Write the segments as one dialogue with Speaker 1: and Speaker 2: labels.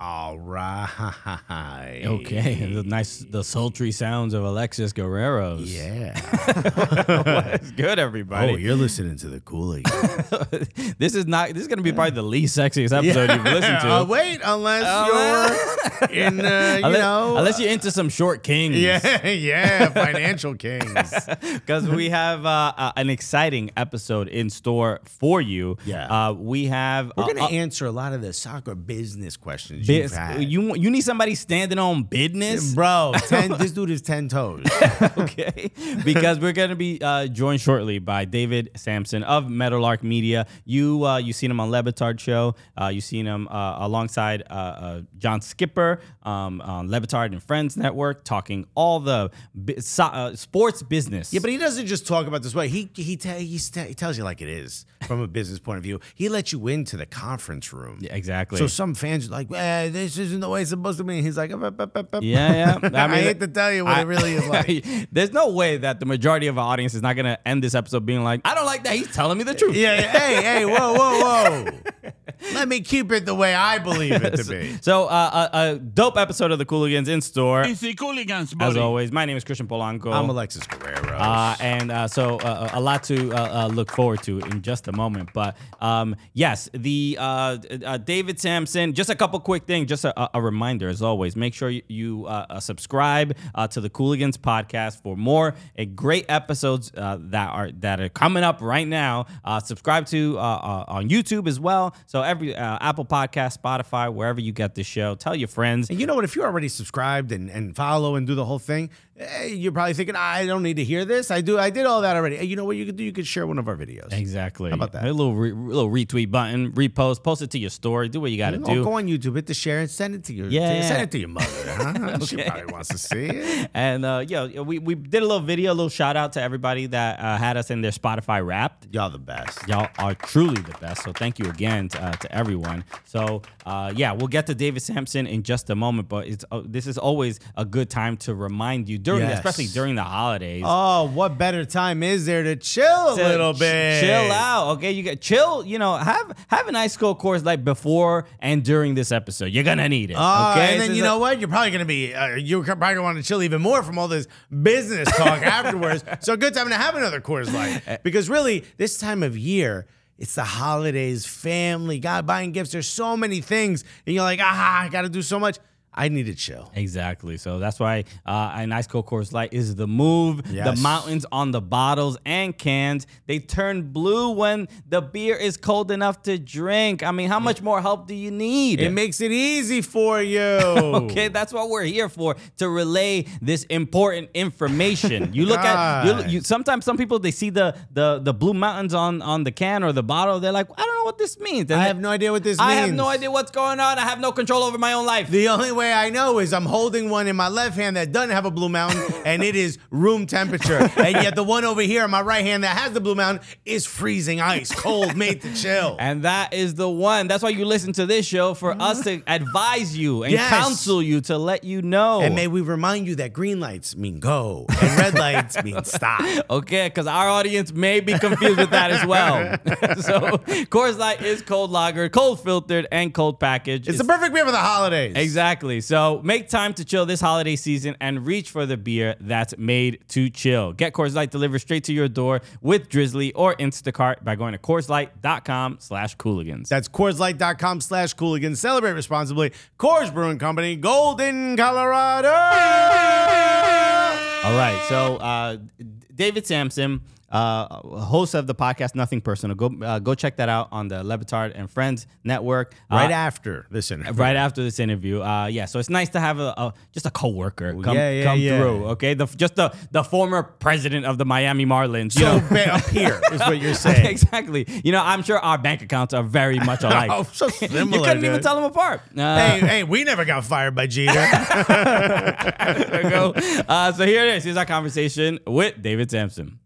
Speaker 1: All right.
Speaker 2: Okay, the nice, the sultry sounds of Alexis Guerrero's.
Speaker 1: Yeah.
Speaker 2: that's good,
Speaker 1: oh,
Speaker 2: everybody.
Speaker 1: you're listening to the cooling.
Speaker 2: this is not. This is gonna be probably the least sexiest episode you've listened to.
Speaker 1: Uh, wait, unless you're in, uh, you
Speaker 2: unless,
Speaker 1: know.
Speaker 2: unless you're into some short kings.
Speaker 1: yeah, yeah, financial kings.
Speaker 2: because we have uh, uh, an exciting episode in store for you.
Speaker 1: Yeah.
Speaker 2: uh, we have.
Speaker 1: We're
Speaker 2: uh,
Speaker 1: gonna
Speaker 2: uh,
Speaker 1: answer a lot of the soccer business questions
Speaker 2: biz-
Speaker 1: you've
Speaker 2: uh,
Speaker 1: had.
Speaker 2: you want- you need somebody standing on business,
Speaker 1: bro, ten, this dude is ten toes.
Speaker 2: okay? Because we're gonna be uh, joined shortly by David Sampson of Meadowlark Media. You uh, you seen him on Levitard show. Uh, you seen him uh, alongside uh, uh, John Skipper um, on Levitard and Friends Network, talking all the bi- so- uh, sports business.
Speaker 1: Yeah, but he doesn't just talk about this way. He he ta- he's ta- he tells you like it is from a business point of view. He lets you into the conference room.
Speaker 2: Yeah, exactly.
Speaker 1: So some fans are like, eh, this isn't the way it's supposed to be. He's like, "Up, up, up, up, up."
Speaker 2: Yeah, yeah.
Speaker 1: I, hate to tell you what
Speaker 2: I-
Speaker 1: it really is like.
Speaker 2: There's no way that the majority of our audience is not gonna end this episode being like, "I don't like that." He's telling me the truth.
Speaker 1: yeah, yeah. Hey, hey, whoa, whoa, whoa. Let me keep it the way I believe it to be.
Speaker 2: So, uh, a, a dope episode of the Cooligans in store.
Speaker 3: Easy Cooligans,
Speaker 2: As
Speaker 3: buddy.
Speaker 2: always, my name is Christian Polanco.
Speaker 1: I'm Alexis Guerrero.
Speaker 2: Uh, and uh, so uh, a lot to uh, uh, look forward to in just a moment. But um, yes, the uh, uh, David Sampson. Just a couple quick things. Just a, a- a reminder, as always, make sure you, you uh, uh, subscribe uh, to the Cooligans podcast for more uh, great episodes uh, that are that are coming up right now. Uh, subscribe to uh, uh, on YouTube as well. So every uh, Apple Podcast, Spotify, wherever you get the show, tell your friends.
Speaker 1: And you know what? If you're already subscribed and, and follow and do the whole thing, eh, you're probably thinking, I don't need to hear this. I do. I did all that already. Eh, You know what you could do? You could share one of our videos.
Speaker 2: Exactly. How
Speaker 1: about that?
Speaker 2: A little re- little retweet button, repost, post it to your story, do what you got to
Speaker 1: You know,
Speaker 2: do.
Speaker 1: go on YouTube, hit the share, and send it to your
Speaker 2: Yeah,
Speaker 1: to-
Speaker 2: yeah.
Speaker 1: send it to your mother. Huh? She probably wants to see it.
Speaker 2: And uh, yeah, we, we did a little video, a little shout out to everybody that uh, had us in their Spotify Wrapped.
Speaker 1: Y'all the best.
Speaker 2: Y'all are truly the best. So thank you again uh, to everyone. So uh, yeah, we'll get to David Sampson in just a moment, but it's uh, this is always a good time to remind you during,
Speaker 1: Yes.
Speaker 2: especially during the holidays.
Speaker 1: Oh, what better time is there to chill a
Speaker 2: to
Speaker 1: little
Speaker 2: ch-
Speaker 1: bit?
Speaker 2: Chill out, okay? You get chill. You know, have have an ice cold course like before and during this episode. You're gonna need it.
Speaker 1: Oh, and
Speaker 2: okay, This
Speaker 1: then
Speaker 2: is
Speaker 1: you
Speaker 2: a-
Speaker 1: know what? You're probably gonna be uh, you're probably gonna want to chill even more from all this business talk afterwards. So good time to have another Coors
Speaker 2: Eh.
Speaker 1: Light because really this time of year. It's the holidays, family, God buying gifts. There's so many things, and you're like, ah, I got to do so much. I need to chill.
Speaker 2: Eh, Exactly. So that's why uh, an ice cold Coors Light is the move.
Speaker 1: Yes.
Speaker 2: The mountains on the bottles and cans, they turn blue when the beer is cold enough to drink. I mean, how much more help do you need?
Speaker 1: It makes it easy for you.
Speaker 2: Okay, that's what we're here for to relay this important information. You look at you, you, sometimes some people they see the the the blue mountains on on the can or the bottle. They're like, I don't know what this means. And
Speaker 1: I have no idea what this
Speaker 2: I
Speaker 1: means.
Speaker 2: have no idea what's going on. I have no control over my own life.
Speaker 1: The only way I know is I'm holding one in my left hand that doesn't have a blue mountain and it is room temperature. and yet the one over here in my right hand that has the blue mountain is freezing ice, cold, made to chill.
Speaker 2: And that is the one. That's why you listen to this show for us to advise you and
Speaker 1: Mm-hmm. Yes.
Speaker 2: counsel you to let you know.
Speaker 1: And may we remind you that green lights mean go and red lights mean stop.
Speaker 2: Okay, because our audience may be confused with that as well. so, Coors Light is cold lager, cold filtered, and cold packaged.
Speaker 1: It's the perfect beer for the holidays.
Speaker 2: Exactly. So make time to chill this holiday season and reach for the beer that's made to chill. Get Coors Light delivered straight to your door with Drizzly or Instacart by going to CoorsLight.com slash Cooligans.
Speaker 1: That's CoorsLight.com slash Cooligan. Celebrate responsibly. Coors Brewing Company, Golden, Colorado.
Speaker 2: All right. So uh, David Sampson uh, host of the podcast Nothing Personal. Go uh, go check that out on the Levitard and Friends Network.
Speaker 1: Right
Speaker 2: Uh,
Speaker 1: after this interview.
Speaker 2: Right after this interview, uh, yeah. So it's nice to have a, a just a coworker come
Speaker 1: yeah, yeah,
Speaker 2: come
Speaker 1: yeah.
Speaker 2: through. Okay, the, just the the former president of the Miami Marlins. you
Speaker 1: So
Speaker 2: know?
Speaker 1: ba- up here is what you're saying.
Speaker 2: exactly. You know, I'm sure our bank accounts are very much alike.
Speaker 1: Oh, so similar.
Speaker 2: you couldn't even
Speaker 1: dude.
Speaker 2: tell them apart. Uh,
Speaker 1: Hey, hey, we never got fired by Jeter.
Speaker 2: ago. Uh, so here it is. Here's our conversation with David Sampson.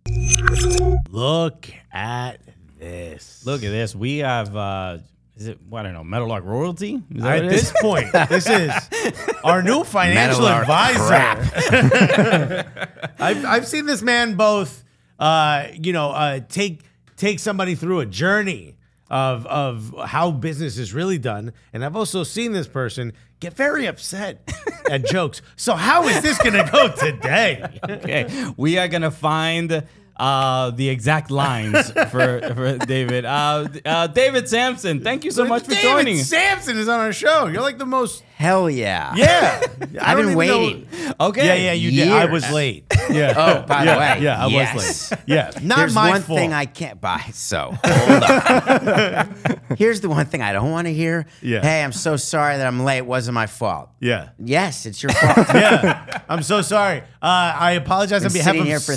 Speaker 1: Look at this.
Speaker 2: Look at this. We have, uh, is it, well, I don't know, Metal Lock Royalty? Is
Speaker 1: At
Speaker 2: that what it is?
Speaker 1: this point, this is our new financial
Speaker 3: Metal or
Speaker 1: advisor. I've, I've seen this man both, uh, you know, uh, take take somebody through a journey of of how business is really done, and I've also seen this person get very upset at jokes. So how is this going to go today?
Speaker 2: okay. We are going to find uh, the exact lines for, for David. Uh, uh, David Sampson, thank you so much for
Speaker 1: David
Speaker 2: joining.
Speaker 1: Sampson is on our show. You're like the most.
Speaker 3: Hell yeah.
Speaker 1: Yeah,
Speaker 3: I've been waiting.
Speaker 2: okay.
Speaker 1: Yeah, yeah, you did. I
Speaker 3: Years.
Speaker 1: was late. Yeah.
Speaker 3: Oh, by
Speaker 1: yeah,
Speaker 3: the way.
Speaker 1: yeah, I
Speaker 3: yes.
Speaker 1: was late. Yeah, not
Speaker 3: There's
Speaker 1: my
Speaker 4: my
Speaker 3: one
Speaker 1: fault.
Speaker 3: thing I can't buy. So hold on. Here's the one thing I don't want to hear.
Speaker 1: Yeah.
Speaker 3: Hey, I'm so sorry that I'm late. It wasn't my fault.
Speaker 1: yeah.
Speaker 3: Yes, it's your fault.
Speaker 1: Yeah, I'm so sorry. Uh, I apologize on
Speaker 3: Been
Speaker 1: behalf
Speaker 3: sitting
Speaker 1: of
Speaker 3: here for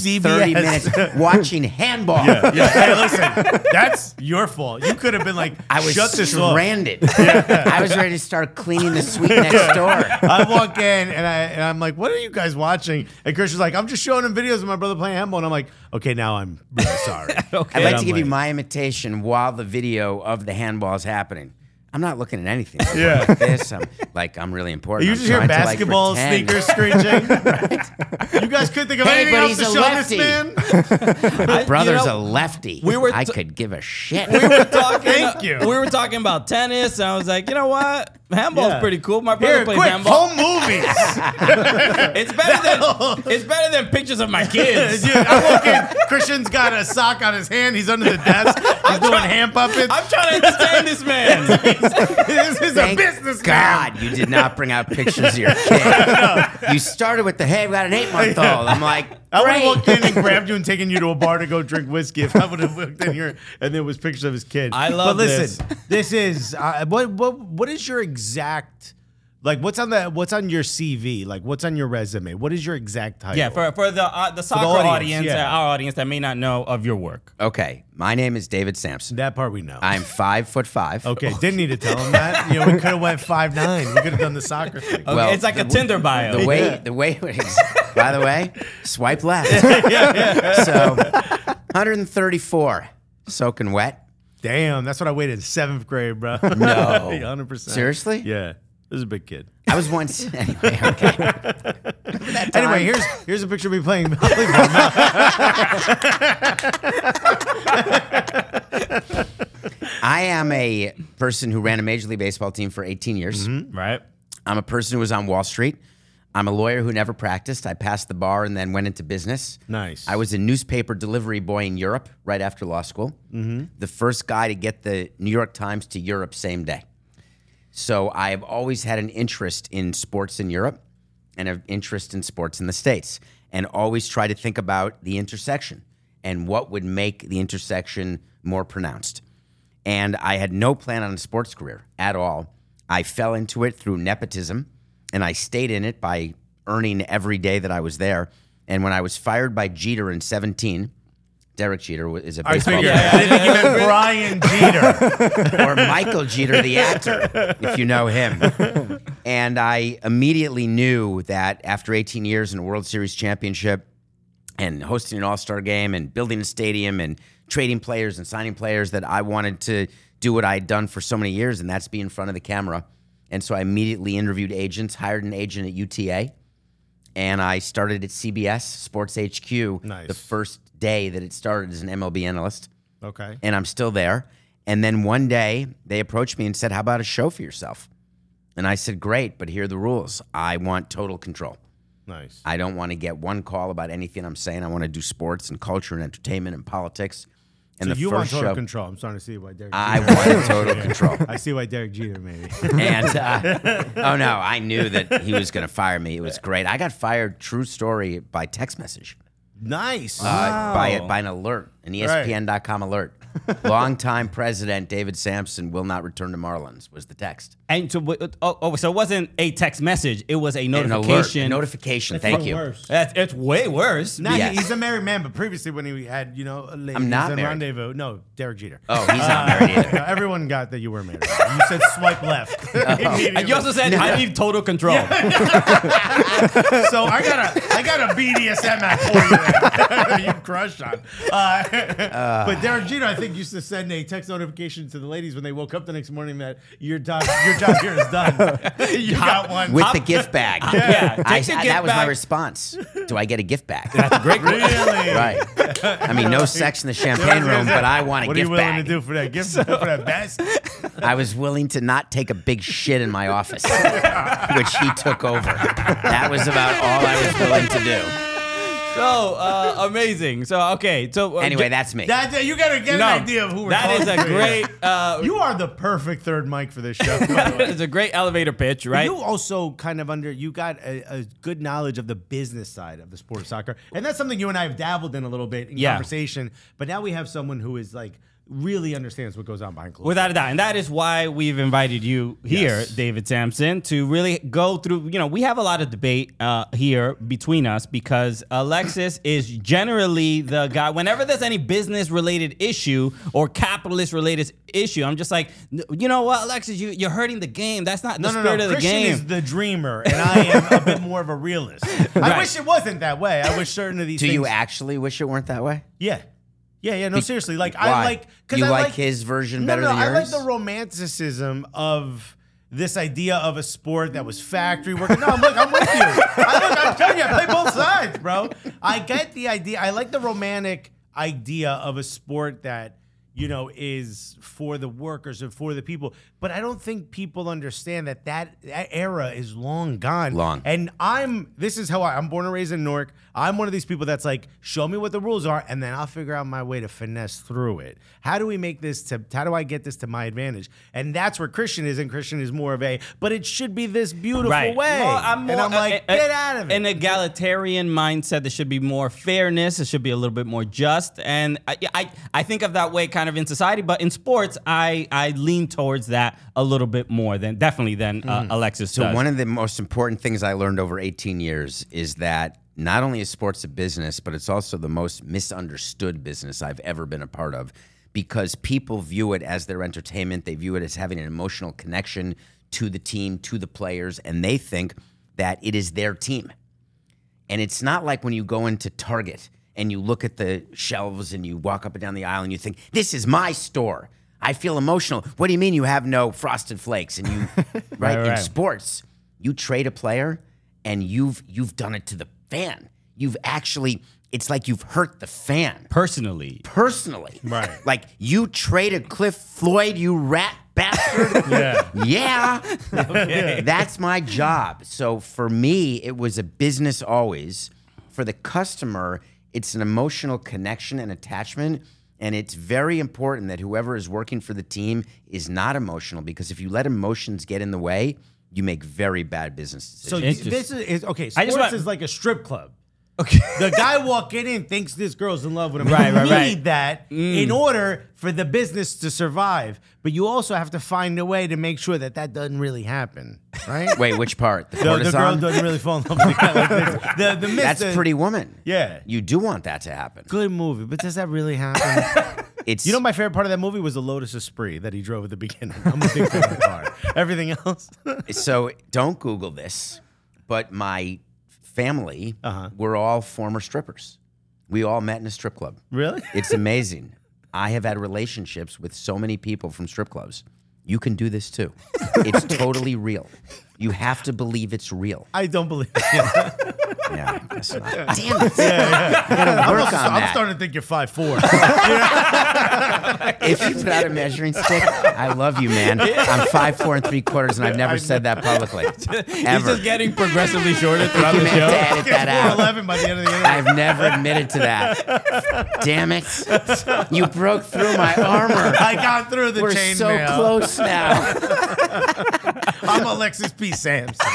Speaker 1: CBS.
Speaker 3: 30 minutes watching handball.
Speaker 1: Yeah, yeah. Hey, listen, that's your fault. You could have been like,
Speaker 3: I was
Speaker 1: shut this off.
Speaker 3: stranded. I was ready to start cleaning the suite next door.
Speaker 1: I walk in and I and I'm like, what are you guys watching? And Christian's like, I'm just showing him videos of my brother playing handball, and I'm like, okay, now I'm really sorry.
Speaker 2: Okay.
Speaker 3: I'd like
Speaker 2: I'm
Speaker 3: to give you
Speaker 2: late.
Speaker 3: my imitation while the video of the handball is happening. I'm not looking at anything. I'm
Speaker 1: Yeah.
Speaker 3: like this. I'm like I'm really important.
Speaker 1: You
Speaker 3: I'm
Speaker 1: just hear
Speaker 3: trying to, like,
Speaker 1: basketball
Speaker 3: pretend.
Speaker 1: sneakers screeching. You guys could think of
Speaker 3: Hey,
Speaker 1: anything
Speaker 3: but
Speaker 1: else
Speaker 3: he's
Speaker 1: to
Speaker 3: a
Speaker 1: show
Speaker 3: lefty.
Speaker 1: this man.
Speaker 2: I- you
Speaker 3: Brother's
Speaker 2: know,
Speaker 3: a lefty.
Speaker 2: we were
Speaker 3: I
Speaker 2: t-
Speaker 3: could give a shit.
Speaker 2: we were talking.
Speaker 1: Thank you.
Speaker 2: We were talking about tennis, and I was like, you know what? Handball's
Speaker 1: Yeah.
Speaker 2: pretty cool. My brother
Speaker 1: Here,
Speaker 2: plays
Speaker 1: quick,
Speaker 2: handball.
Speaker 1: home movies.
Speaker 2: It's better than it's better than pictures of my kids.
Speaker 1: Dude, I walk in. Christian's got a sock on his hand. He's under the desk. He's doing hand puppets.
Speaker 2: I'm trying to entertain this man.
Speaker 1: this is
Speaker 3: Thank
Speaker 1: a business
Speaker 3: God you did not bring out pictures of your kid. You started with the hey, we got an eight month old. I'm like,
Speaker 1: I would have walked
Speaker 3: great.
Speaker 1: in and grabbed you and taken you to a bar to go drink whiskey if I would have walked in here and there was pictures of his kid.
Speaker 2: I love
Speaker 1: But listen, this, is uh, what what what is your exact like? What's on the what's on your CV? Like what's on your resume? What is your exact title?
Speaker 2: yeah, for, for the uh, the soccer
Speaker 1: audience,
Speaker 2: audience,
Speaker 1: yeah.
Speaker 2: uh, our audience that may not know of your work.
Speaker 3: Okay, my name is David Sampson.
Speaker 1: that part we know.
Speaker 3: I'm five foot five.
Speaker 1: okay, didn't need to tell him that. You know, we could have went five nine. We could have done the soccer thing.
Speaker 2: Okay,
Speaker 3: Well,
Speaker 2: it's like
Speaker 3: the
Speaker 2: a Tinder bio.
Speaker 3: The way the way by the way, swipe left. So 134 soaking wet.
Speaker 1: Damn, that's what I waited in seventh grade, bro.
Speaker 3: No.
Speaker 1: hundred percent.
Speaker 3: Seriously?
Speaker 1: Yeah, this is a big kid.
Speaker 3: I was once anyway, okay.
Speaker 1: Anyway, here's here's a picture of me playing volleyball.
Speaker 3: I am a person who ran a major league baseball team for 18 years.
Speaker 2: right.
Speaker 3: I'm a person who was on Wall Street. I'm a lawyer who never practiced. I passed the bar and then went into business.
Speaker 1: Nice.
Speaker 3: I was a newspaper delivery boy in Europe right after law school. Mm-hmm. The first guy to get the New York Times to Europe same day. So I have always had an interest in sports in Europe and an interest in sports in the States and always try to think about the intersection and what would make the intersection more pronounced. And I had no plan on a sports career at all. I fell into it through nepotism and I stayed in it by earning every day that I was there. And when I was fired by Jeter in 17, Derek Jeter wa- is a
Speaker 1: I
Speaker 3: baseball
Speaker 1: figured.
Speaker 3: player
Speaker 1: I didn't think you meant Brian Jeter.
Speaker 3: or Michael Jeter, the actor, if you know him. And I immediately knew that after 18 years in a World Series championship and hosting an All Star game and building a stadium and trading players and signing players, that I wanted to do what I had done for so many years, and that's be in front of the camera. And so I immediately interviewed agents, hired an agent at UTA, and I started at CBS Sports HQ
Speaker 1: Nice.
Speaker 3: the first day that it started as an MLB analyst
Speaker 1: Okay.
Speaker 3: and I'm still there. And then one day they approached me and said, How about a show for yourself? And I said, Great, but here are the rules. I want total control.
Speaker 1: Nice.
Speaker 3: I don't want to get one call about anything I'm saying. I want to do sports and culture and entertainment and politics. And
Speaker 1: So
Speaker 3: the
Speaker 1: you want
Speaker 3: first
Speaker 1: total
Speaker 3: show,
Speaker 1: control. I'm starting to see why Derek.
Speaker 3: I
Speaker 1: Jeter-
Speaker 3: wanted total control.
Speaker 1: I see why Derek Jeter maybe.
Speaker 3: And uh, oh no, I knew that he was going to fire me. It was great. I got fired, true story, by text message.
Speaker 1: Nice. Ah,
Speaker 3: uh, by, a, by an alert, an E
Speaker 1: Right.
Speaker 3: ESPN.com alert. Longtime president David Sampson will not return to Marlins was the text.
Speaker 2: And to, oh, oh, so it wasn't a text message. It was a
Speaker 3: An alert.
Speaker 2: notification.
Speaker 3: Notification. Thank you.
Speaker 2: That's, it's way worse.
Speaker 1: Now he-
Speaker 3: Yes.
Speaker 1: he's a married man, but previously when he had, you know, a lady,
Speaker 3: I'm not
Speaker 1: and
Speaker 3: married.
Speaker 1: rendezvous. No, Derek Jeter.
Speaker 3: Oh, he's
Speaker 1: Uh,
Speaker 3: not married either.
Speaker 1: No, everyone got that you were married. You said swipe left.
Speaker 2: And you also said I need total control.
Speaker 1: so I got a I got a BDSM act for you. you crushed on. Uh, but Derek Jeter, I think, used to send a text notification to the ladies when they woke up the next morning that your job your job here is done. you got one.
Speaker 3: With the gift bag.
Speaker 2: Yeah,
Speaker 3: I,
Speaker 2: take the
Speaker 3: I-
Speaker 2: gift
Speaker 3: that was my
Speaker 2: bag.
Speaker 3: response. Do I get a gift bag?
Speaker 2: Great.
Speaker 1: really?
Speaker 3: right. I mean, no sex in the champagne room, but I want a
Speaker 1: What are you
Speaker 3: gift
Speaker 1: willing
Speaker 3: bag.
Speaker 1: to do for that gift for that best?
Speaker 3: I was willing to not take a big shit in my office, which he took over. That was about all I was willing to do.
Speaker 2: So uh, amazing. So okay. So uh,
Speaker 3: Anyway,
Speaker 2: ju-
Speaker 3: that's me.
Speaker 1: That, you got to get
Speaker 2: no,
Speaker 1: an idea of who we're
Speaker 2: That is
Speaker 1: talking
Speaker 2: a
Speaker 1: to.
Speaker 2: great. Uh,
Speaker 1: You are the perfect third mic for this show. by the way.
Speaker 2: it's a great elevator pitch, right?
Speaker 1: You also kind of under you got a, a good knowledge of the business side of the sport of soccer, and that's something you and I have dabbled in a little bit in
Speaker 2: Yeah.
Speaker 1: conversation. But now we have someone who is like really understands what goes on behind closed.
Speaker 2: Without a doubt. And that is why we've invited you here,
Speaker 1: Yes.
Speaker 2: David Sampson, to really go through. You know, we have a lot of debate uh, here between us because Alexis is generally the guy, whenever there's any business related issue or capitalist related issue, I'm just like, "N- you know what, Alexis, you, you're hurting the game. That's not
Speaker 1: No,
Speaker 2: the
Speaker 1: no,
Speaker 2: spirit
Speaker 1: no.
Speaker 2: of the
Speaker 1: Christian
Speaker 2: game.
Speaker 1: is the dreamer, and I am a bit more of a realist. I
Speaker 2: Right.
Speaker 1: wish it wasn't that way. I wish certain of these.
Speaker 3: do
Speaker 1: things,
Speaker 3: you actually wish it weren't that way?
Speaker 1: Yeah. Yeah, yeah, no, seriously. Like
Speaker 3: why?
Speaker 1: I like
Speaker 3: You
Speaker 1: I
Speaker 3: like his version
Speaker 1: No,
Speaker 3: better
Speaker 1: no,
Speaker 3: than
Speaker 1: I like
Speaker 3: yours?
Speaker 1: the romanticism of this idea of a sport that was factory working. No, I'm like, I'm with you. I look, I'm telling you, I play both sides, bro. I get the idea. I like the romantic idea of a sport that you know is for the workers and for the people. But I don't think people understand that that, that era is long gone.
Speaker 3: Long.
Speaker 1: And I'm this is how I, I'm born and raised in Newark. I'm one of these people that's like, show me what the rules are, and then I'll figure out my way to finesse through it. How do we make this to how do I get this to my advantage? And that's where Christian is, and Christian is more of a, but it should be this beautiful way.
Speaker 2: Well, I'm more,
Speaker 1: and I'm
Speaker 2: uh,
Speaker 1: like,
Speaker 2: uh,
Speaker 1: get out of it.
Speaker 2: An egalitarian mindset. There should be more fairness. It should be a little bit more just. And I, I, I think of that way kind of in society, but in sports, I, I lean towards that a little bit more than definitely than
Speaker 1: Hmm.
Speaker 2: uh, Alexis
Speaker 3: So
Speaker 2: does.
Speaker 3: one of the most important things I learned over 18 years is that not only is sports a business, but it's also the most misunderstood business I've ever been a part of because people view it as their entertainment, they view it as having an emotional connection to the team, to the players, and they think that it is their team. And it's not like when you go into Target and you look at the shelves and you walk up and down the aisle and you think, this is my store. I feel emotional. What do you mean you have no frosted flakes? And you, right, in
Speaker 2: right.
Speaker 3: sports, you trade a player and you've you've done it to the fan. You've actually, it's like you've hurt the fan
Speaker 2: personally,
Speaker 3: personally.
Speaker 1: Right.
Speaker 3: Like you traded Cliff Floyd, you rat bastard. yeah. Yeah. That's my job. So for me, it was a business always. For the customer, it's an emotional connection and attachment. And it's very important that whoever is working for the team is not emotional because if you let emotions get in the way, you make very bad business decisions.
Speaker 1: so
Speaker 2: Interesting.
Speaker 1: this is, is okay.
Speaker 2: I
Speaker 1: Sports
Speaker 2: just want-
Speaker 1: is like a strip club.
Speaker 2: okay.
Speaker 1: The guy walking in thinks this girl's in love with him.
Speaker 2: Right,
Speaker 1: you
Speaker 2: right,
Speaker 1: need
Speaker 2: right.
Speaker 1: that in order for the business to survive. But you also have to find a way to make sure that that doesn't really happen, right?
Speaker 3: Wait, which part? The,
Speaker 1: the, the girl
Speaker 3: courtezan?
Speaker 1: doesn't really fall in love with the guy like this. The, the myth
Speaker 3: That's
Speaker 1: that-
Speaker 3: Pretty Woman.
Speaker 1: Yeah.
Speaker 3: You do want that to happen.
Speaker 1: Good movie, but does that really happen?
Speaker 3: It's
Speaker 1: you know, my favorite part of that movie was the Lotus Esprit that he drove at the beginning. I'm a big fan of the car. Everything else,
Speaker 3: so don't Google this, but my family were all former strippers. We all met in a strip club.
Speaker 1: really?
Speaker 3: It's amazing. I have had relationships with so many people from strip clubs. You can do this too. It's totally real. You have to believe it's real.
Speaker 1: I don't believe it.
Speaker 3: Yeah, I guess not. Damn it. gotta
Speaker 1: I'm,
Speaker 3: work
Speaker 1: also-
Speaker 3: on
Speaker 1: I'm
Speaker 3: that.
Speaker 1: starting to think you're five four.
Speaker 3: If you put out a measuring stick, I love you, man. I'm five, four, and three quarters, and I've never said that publicly.
Speaker 2: He's
Speaker 3: Ever.
Speaker 2: just getting progressively shorter throughout
Speaker 3: you
Speaker 2: the
Speaker 3: meant to
Speaker 2: show.
Speaker 3: edit that
Speaker 1: Four
Speaker 3: out.
Speaker 1: eleven by the end of the year.
Speaker 3: I've never admitted to that. Damn it. You broke through my armor.
Speaker 1: I got through the
Speaker 3: We're
Speaker 1: chain
Speaker 3: so
Speaker 1: mail.
Speaker 3: close now.
Speaker 1: I'm Alexis P. Samson.
Speaker 2: so,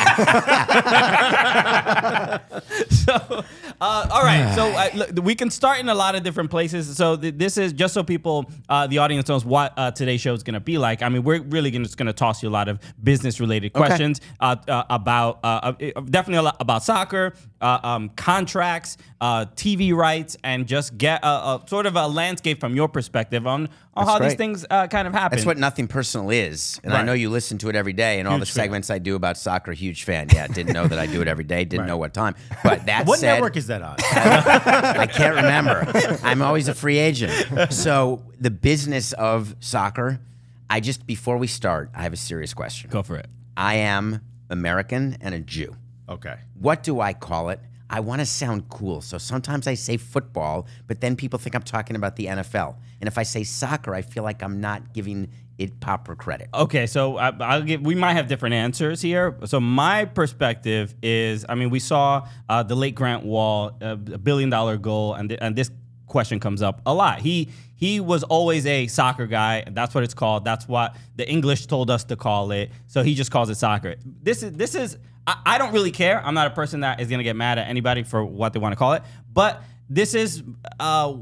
Speaker 2: uh, all right. So uh, look, we can start in a lot of different places. So th- this is just so people, uh, the audience knows what uh, today's show is going to be like. I mean, we're really gonna, just going to toss you a lot of business-related questions uh, uh, about uh, uh, definitely a lot about soccer, uh, um, contracts, uh, TV rights, and just get a, a sort of a landscape from your perspective on, on how these
Speaker 3: great.
Speaker 2: things uh, kind of happen.
Speaker 3: That's what nothing personal is, and I
Speaker 2: Right.
Speaker 3: know you listen to it every day. And all the
Speaker 2: Huge fan.
Speaker 3: segments I do about soccer, huge fan. Yeah, didn't know that I do it every day. Didn't know what time. But that
Speaker 1: What
Speaker 3: said,
Speaker 1: network is that on?
Speaker 3: I can't remember. I'm always a free agent. So the business of soccer. I just before we start, I have a serious question.
Speaker 2: Go for it.
Speaker 3: I am American and a Jew.
Speaker 1: okay.
Speaker 3: What do I call it? I want to sound cool, so sometimes I say football, but then people think I'm talking about the NFL. And if I say soccer, I feel like I'm not giving it proper credit.
Speaker 2: Okay, so I, I'll give. We might have different answers here. So my perspective is, I mean, we saw uh, the late Grant Wall, uh, a billion dollar goal, and th- and this question comes up a lot. He he was always a soccer guy. and That's what it's called. That's what the English told us to call it. So he just calls it soccer. This is this is. I, I don't really care. I'm not a person that is gonna get mad at anybody for what they want to call it. But this is. Uh,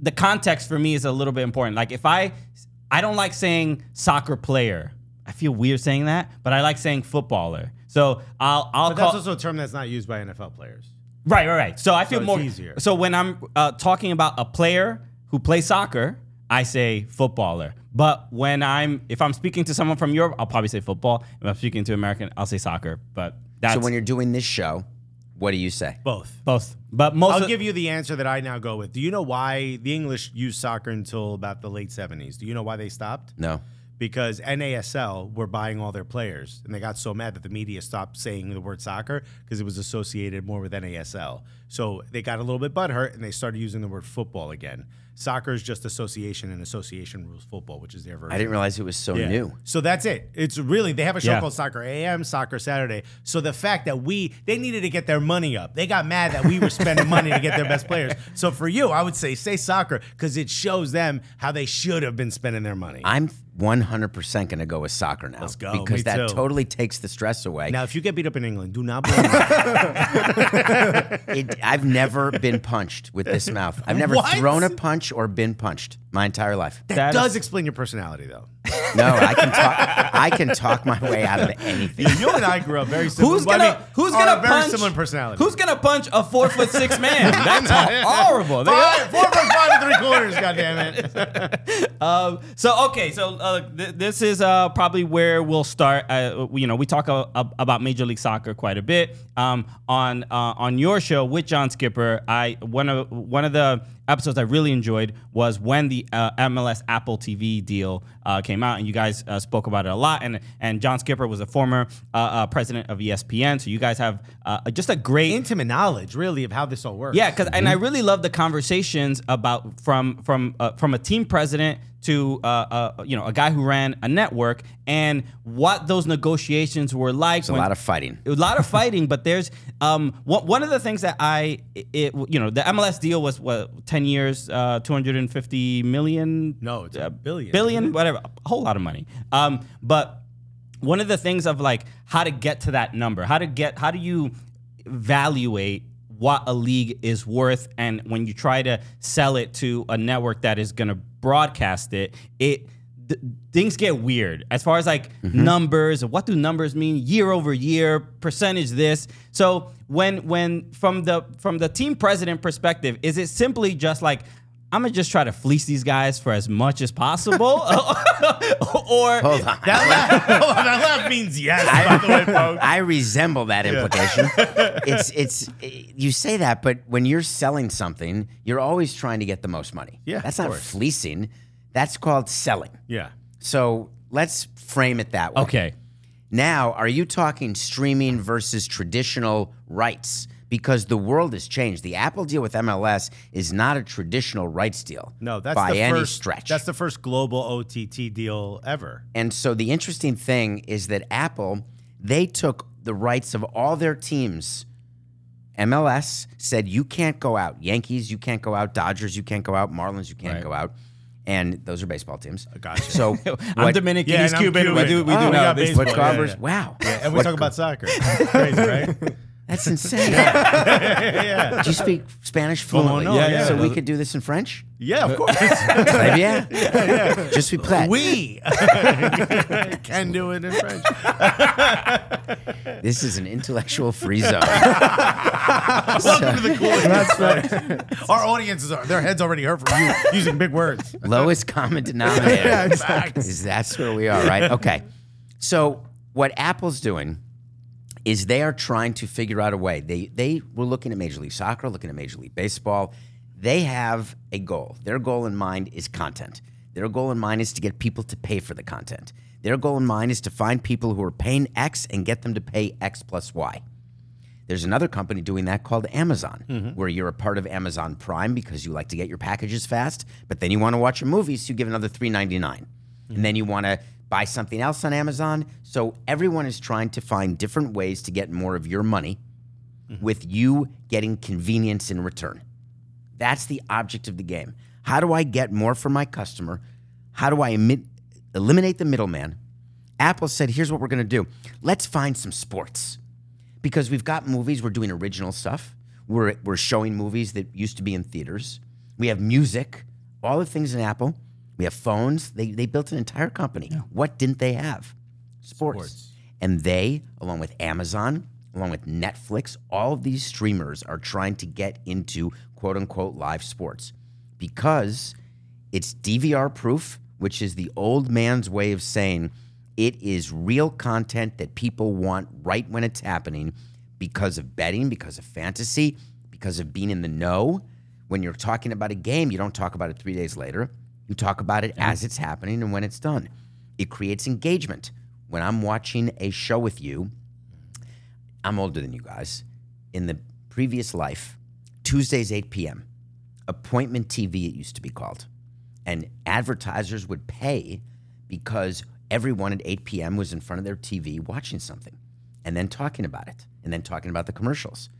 Speaker 2: the context for me is a little bit important. Like if I I don't like saying soccer player. I feel weird saying that, but I like saying footballer. So I'll I'll
Speaker 1: But
Speaker 2: call
Speaker 1: that's also a term that's not used by NFL players.
Speaker 2: right right right. So I feel
Speaker 1: it's
Speaker 2: more
Speaker 1: easier.
Speaker 2: So when I'm uh, talking about a player who plays soccer, I say footballer. But when I'm if I'm speaking to someone from Europe, I'll probably say football. If I'm speaking to American, I'll say soccer. But that's
Speaker 3: so when you're doing this show, what do you say?
Speaker 1: Both.
Speaker 2: both. But most
Speaker 1: I'll
Speaker 2: of-
Speaker 1: give you the answer that I now go with. Do you know why the English used soccer until about the late 70s? Do you know why they stopped?
Speaker 3: No.
Speaker 1: Because NASL were buying all their players, and they got so mad that the media stopped saying the word soccer because it was associated more with NASL. So they got a little bit butthurt and they started using the word football again. Soccer is just association, and association rules football, which is their version.
Speaker 3: I didn't realize it was so
Speaker 1: Yeah.
Speaker 3: new.
Speaker 1: So that's it. It's really they have a show
Speaker 2: Yeah.
Speaker 1: called Soccer AM, Soccer Saturday. So the fact that we they needed to get their money up. They got mad that we were spending money to get their best players. So for you, I would say say soccer because it shows them how they should have been spending their money.
Speaker 3: I'm 100% going to go with soccer now. Let's
Speaker 1: go.
Speaker 3: Because
Speaker 1: Me
Speaker 3: that
Speaker 1: too.
Speaker 3: totally takes the stress away.
Speaker 1: now, if you get beat up in England, do not blame me.
Speaker 3: It, I've never been punched with this mouth. I've never
Speaker 1: What?
Speaker 3: thrown a punch or been punched my entire life.
Speaker 1: That does explain your personality, though.
Speaker 3: No, I can talk. I can talk my way out of anything.
Speaker 1: You and I grew up very similar.
Speaker 2: Who's
Speaker 1: well,
Speaker 2: gonna
Speaker 1: I mean,
Speaker 2: Who's
Speaker 1: are
Speaker 2: gonna
Speaker 1: very
Speaker 2: punch
Speaker 1: similar personality?
Speaker 2: Who's gonna punch a four foot six man? That's horrible. They-
Speaker 1: five, four for five and three quarters? God damn it!
Speaker 2: so okay, so uh, th- this is uh, probably where we'll start. Uh, we- you know, we talk a- a- about Major League Soccer quite a bit um, on uh, on your show with John Skipper. I one of one of the episodes I really enjoyed was when the uh, MLS Apple TV deal uh, came out, and you guys uh, spoke about it a lot. And and John Skipper was a former uh, uh, president of ESPN, so you guys have uh, just a great
Speaker 1: Intimate knowledge, really, of how this all works.
Speaker 2: yeah, because and I
Speaker 3: Mm-hmm.
Speaker 2: really love the conversations about from from uh, from a team president to uh, uh, you know a guy who ran a network and what those negotiations were like.
Speaker 3: It's a lot of fighting.
Speaker 2: a lot of fighting, but there's um one, one of the things that I it you know the MLS deal was what ten years, uh, two hundred and fifty million.
Speaker 1: No, it's a
Speaker 2: uh,
Speaker 1: billion.
Speaker 2: billion, whatever, a whole lot of money. Um, but one of the things of like how to get to that number, how to get, how do you evaluate what a league is worth, and when you try to sell it to a network that is going to broadcast it, it. th- Things get weird as far as like
Speaker 3: Mm-hmm.
Speaker 2: numbers. What do numbers mean? Year over year, percentage this. So when when from the from the team president perspective, is it simply just like I'm gonna just try to fleece these guys for as much as possible, or
Speaker 3: Hold on.
Speaker 1: That laugh, Oh, that laugh means yes. by the way, folks.
Speaker 3: I resemble that implication. it's it's eh, you say that, but when you're selling something, you're always trying to get the most money.
Speaker 1: Yeah,
Speaker 3: that's
Speaker 1: of
Speaker 3: not
Speaker 1: course.
Speaker 3: fleecing. That's called selling.
Speaker 1: Yeah.
Speaker 3: So let's frame it that way.
Speaker 2: okay,
Speaker 3: Now, are you talking streaming versus traditional rights? Because the world has changed. The Apple deal with MLS is not a traditional rights deal.
Speaker 1: No, that's
Speaker 3: by
Speaker 1: the
Speaker 3: any
Speaker 1: first,
Speaker 3: stretch.
Speaker 1: That's the first global OTT deal ever.
Speaker 3: And so the interesting thing is that Apple, they took the rights of all their teams. MLS said you can't go out. Yankees, you can't go out. Dodgers, you can't go out. Marlins, you can't
Speaker 2: Right.
Speaker 3: go out. And those are baseball teams.
Speaker 1: Gotcha.
Speaker 3: So
Speaker 2: I'm
Speaker 3: what-
Speaker 2: Dominican,
Speaker 1: Yeah,
Speaker 2: he's
Speaker 1: and I'm
Speaker 2: Cuban. We
Speaker 1: Cuban.
Speaker 2: do we
Speaker 1: Oh,
Speaker 2: do
Speaker 1: we
Speaker 2: know
Speaker 1: got
Speaker 2: this.
Speaker 1: baseball.
Speaker 3: What
Speaker 1: Yeah,
Speaker 3: covers?
Speaker 1: yeah.
Speaker 3: Wow.
Speaker 1: And we
Speaker 3: What
Speaker 1: talk about soccer. Crazy, right?
Speaker 3: That's insane. Do you speak Spanish
Speaker 1: Oh, no,
Speaker 3: fluently?
Speaker 1: yeah, yeah.
Speaker 3: So we could do this in French?
Speaker 1: Yeah, of course.
Speaker 3: Maybe, yeah. Just we plat.
Speaker 1: we can do it in French.
Speaker 3: This is an intellectual free zone.
Speaker 1: Welcome to the coolest. Our audiences are their heads already hurt from you using big words.
Speaker 3: Lowest common denominator.
Speaker 1: Yeah, exactly.
Speaker 3: Is that's where we are, right? Okay. So what Apple's doing is they are trying to figure out a way. They they were looking at Major League Soccer, looking at Major League Baseball. They have a goal. Their goal in mind is content. Their goal in mind is to get people to pay for the content. Their goal in mind is to find people who are paying X and get them to pay X plus Y. There's another company doing that called Amazon, where you're a part of Amazon Prime because you like to get your packages fast, but then you want to watch a movie, so you give another $3.99. And then you want to buy something else on Amazon. So everyone is trying to find different ways to get more of your money with you getting convenience in return. That's the object of the game. How do I get more from my customer? How do I emit, eliminate the middleman? Apple said, here's what we're going to do let's find some sports because we've got movies, we're doing original stuff, we're, we're showing movies that used to be in theaters, we have music, all the things in Apple, we have phones. They, they built an entire company. What didn't they have? Sports. And they, along with Amazon, along with Netflix, all of these streamers are trying to get into quote unquote live sports because it's DVR proof, which is the old man's way of saying it is real content that people want right when it's happening because of betting, because of fantasy, because of being in the know. When you're talking about a game, you don't talk about it three days later. You talk about it as it's happening and when it's done. It creates engagement. When I'm watching a show with you, I'm older than you guys. In the previous life, Tuesdays, 8 p.m., appointment TV, it used to be called. And advertisers would pay because everyone at 8 p.m. was in front of their TV watching something and then talking about it and then talking about the commercials.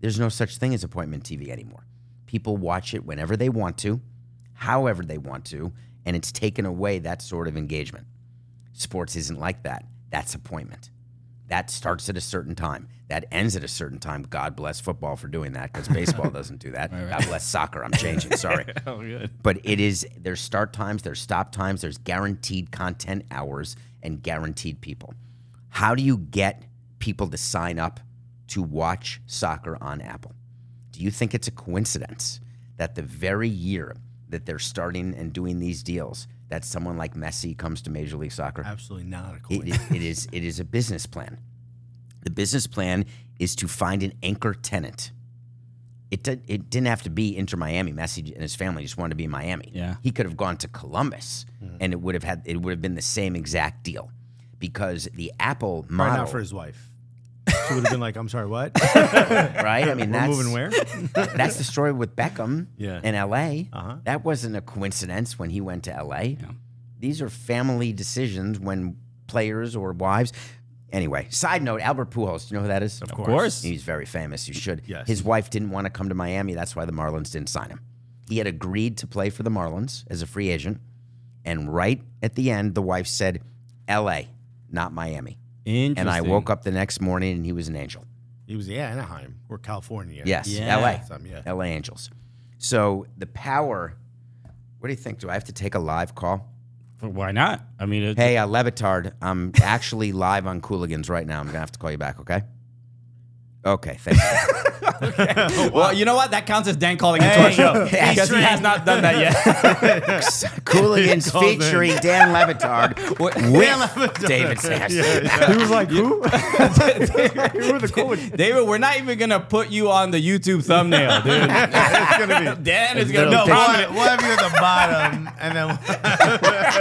Speaker 3: There's no such thing as appointment TV anymore. People watch it whenever they want to, however they want to, and it's taken away that sort of engagement. Sports isn't like that. That's appointment. That starts at a certain time. That ends at a certain time. God bless football for doing that because baseball doesn't do that. God bless soccer. I'm changing. Sorry. But it is there's start times, there's stop times, there's guaranteed content hours and guaranteed people. How do you get people to sign up to watch soccer on Apple? Do you think it's a coincidence that the very year that they're starting and doing these deals, that someone like Messi comes to Major League Soccer?
Speaker 1: Absolutely not a cool.
Speaker 3: It, it- it is it is a business plan. The business plan is to find an anchor tenant. It did, it didn't have to be Inter Miami. Messi and his family just wanted to be in Miami.
Speaker 2: Yeah.
Speaker 3: he could have gone to Columbus,
Speaker 1: Mm-hmm.
Speaker 3: and it would have had it would have been the same exact deal, because the Apple
Speaker 1: Probably
Speaker 3: model,
Speaker 1: not for his wife. She would have been like, "I'm sorry, what?
Speaker 3: right? I mean,
Speaker 1: We're
Speaker 3: that's
Speaker 1: moving where?"
Speaker 3: that's the story with Beckham
Speaker 1: Yeah.
Speaker 3: in LA.
Speaker 1: Uh-huh.
Speaker 3: That wasn't a coincidence when he went to LA. These are family decisions when players or wives. Anyway, side note Albert Pujols, do you know who that is? Of
Speaker 2: course. course.
Speaker 3: He's very famous. You should.
Speaker 1: Yes.
Speaker 3: His wife didn't want to come to Miami. That's why the Marlins didn't sign him. He had agreed to play for the Marlins as a free agent. And right at the end, the wife said, LA, not Miami.
Speaker 2: Interesting.
Speaker 3: And I woke up the next morning and he was an angel.
Speaker 1: He was yeah, Anaheim or California.
Speaker 3: Yes,
Speaker 2: Yeah.
Speaker 3: LA.
Speaker 1: Some, yeah.
Speaker 3: LA Angels. So the power. What do you think? Do I have to take a live call?
Speaker 2: Why not? I mean, it,
Speaker 3: Hey, uh, Levitard, I'm actually live on Cooligans right now. I'm gonna have to call you back. Okay. Okay. Thank you.
Speaker 2: well, you know what? That counts as Dan calling into our show because he has not done that yet.
Speaker 3: Cooligans
Speaker 1: called in.
Speaker 3: featuring Dan Levitard with
Speaker 1: Levitard.
Speaker 3: David Sampson.
Speaker 5: He was like, who?
Speaker 1: Who are the cool? ones?
Speaker 2: David, we're not even gonna put you on the YouTube thumbnail, dude.
Speaker 1: it's gonna be.
Speaker 2: Dan is gonna
Speaker 1: No,
Speaker 2: be
Speaker 1: we'll
Speaker 2: prominent.
Speaker 1: have, we'll have you at the bottom, and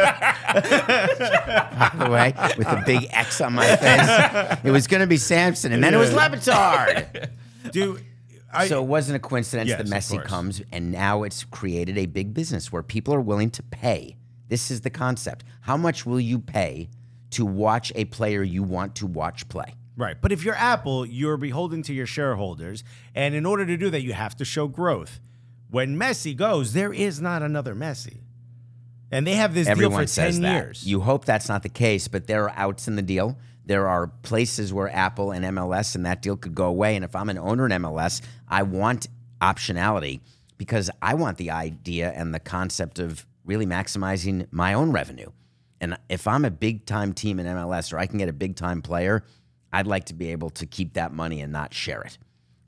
Speaker 1: then
Speaker 3: By the way, with a big X on my face. It was gonna be Sampson, and then it was Levitard.
Speaker 1: do. I,
Speaker 3: so it wasn't a coincidence
Speaker 1: Yes,
Speaker 3: that
Speaker 1: of
Speaker 3: Messi
Speaker 1: course.
Speaker 3: comes, and now it's created a big business where people are willing to pay. This is the concept. How much will you pay to watch a player you want to watch play?
Speaker 1: Right. But if you're Apple, you're beholden to your shareholders. And in order to do that, you have to show growth. When Messi goes, there is not another Messi. and they have this
Speaker 3: Everyone
Speaker 1: deal for
Speaker 3: says
Speaker 1: 10
Speaker 3: that.
Speaker 1: years.
Speaker 3: You hope that's not the case, but there are outs in the deal. There are places where Apple and MLS and that deal could go away. And if I'm an owner in MLS, I want optionality because I want the idea and the concept of really maximizing my own revenue. And if I'm a big time team in MLS or I can get a big time player, I'd like to be able to keep that money and not share it.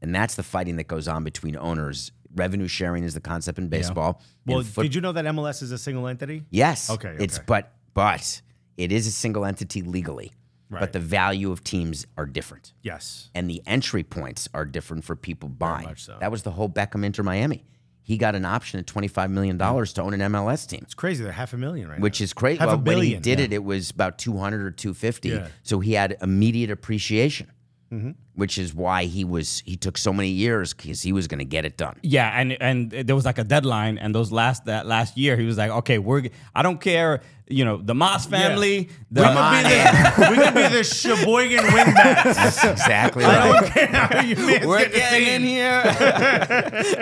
Speaker 3: And that's the fighting that goes on between owners. Revenue sharing is the concept in baseball.
Speaker 1: well,
Speaker 3: In foot-
Speaker 1: did you know that MLS is a single entity?
Speaker 3: Yes.
Speaker 1: Okay,
Speaker 3: It's
Speaker 1: okay.
Speaker 3: but but it is a single entity legally.
Speaker 1: Right.
Speaker 3: But the value of teams are different.
Speaker 1: Yes.
Speaker 3: And the entry points are different for people buying.
Speaker 1: much so.
Speaker 3: That was the whole Beckham Inter Miami. He got an option at twenty five million dollars to own an MLS team.
Speaker 1: It's crazy. They're half a million right now.
Speaker 3: Which is crazy.
Speaker 1: Half a
Speaker 3: Well, when he
Speaker 1: billion,
Speaker 3: did
Speaker 1: yeah.
Speaker 3: it, it was about two hundred or two fifty.
Speaker 1: Yeah. Mm-hmm.
Speaker 3: So he had immediate appreciation. Which is why he was he took so many years because he was going to get it done.
Speaker 2: Yeah, and and there was like a deadline, and those last that last year, he was like, "Okay, we're g- I don't care, you know, the Moss family, the
Speaker 1: we, could be the, we could be the Sheboygan wingbacks.
Speaker 3: That's exactly right.
Speaker 1: You man's
Speaker 2: we're
Speaker 1: getting a
Speaker 2: getting
Speaker 1: team.
Speaker 2: in here."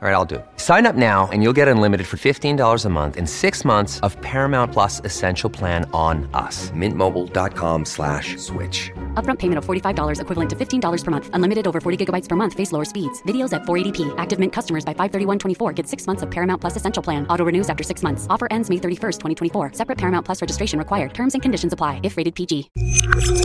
Speaker 6: All right, I'll do. it. Sign up now and you'll get unlimited for $15 a month and six months of Paramount Plus Essential Plan on us. Mintmobile.com slash switch.
Speaker 7: Upfront payment of $45 equivalent to $15 per month. Unlimited over 40 gigabytes per month. Face lower speeds. Videos at 480p. Active Mint customers by 531.24 get six months of Paramount Plus Essential Plan. Auto renews after six months. Offer ends May 31st, 2024. Separate Paramount Plus registration required. Terms and conditions apply if rated PG.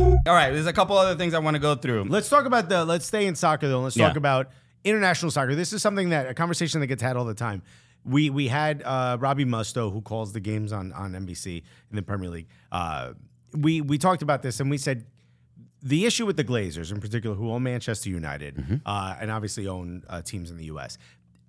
Speaker 2: All right, there's a couple other things I want to go through.
Speaker 1: Let's talk about the. Let's stay in soccer though. Let's
Speaker 2: Yeah.
Speaker 1: talk about international soccer. This is something that a conversation that gets had all the time. We we had uh, Robbie Musto who calls the games on on NBC in the Premier League. Uh, we we talked about this and we said the issue with the Glazers in particular, who own Manchester United
Speaker 3: Mm-hmm.
Speaker 1: uh, and obviously own uh, teams in the U.S.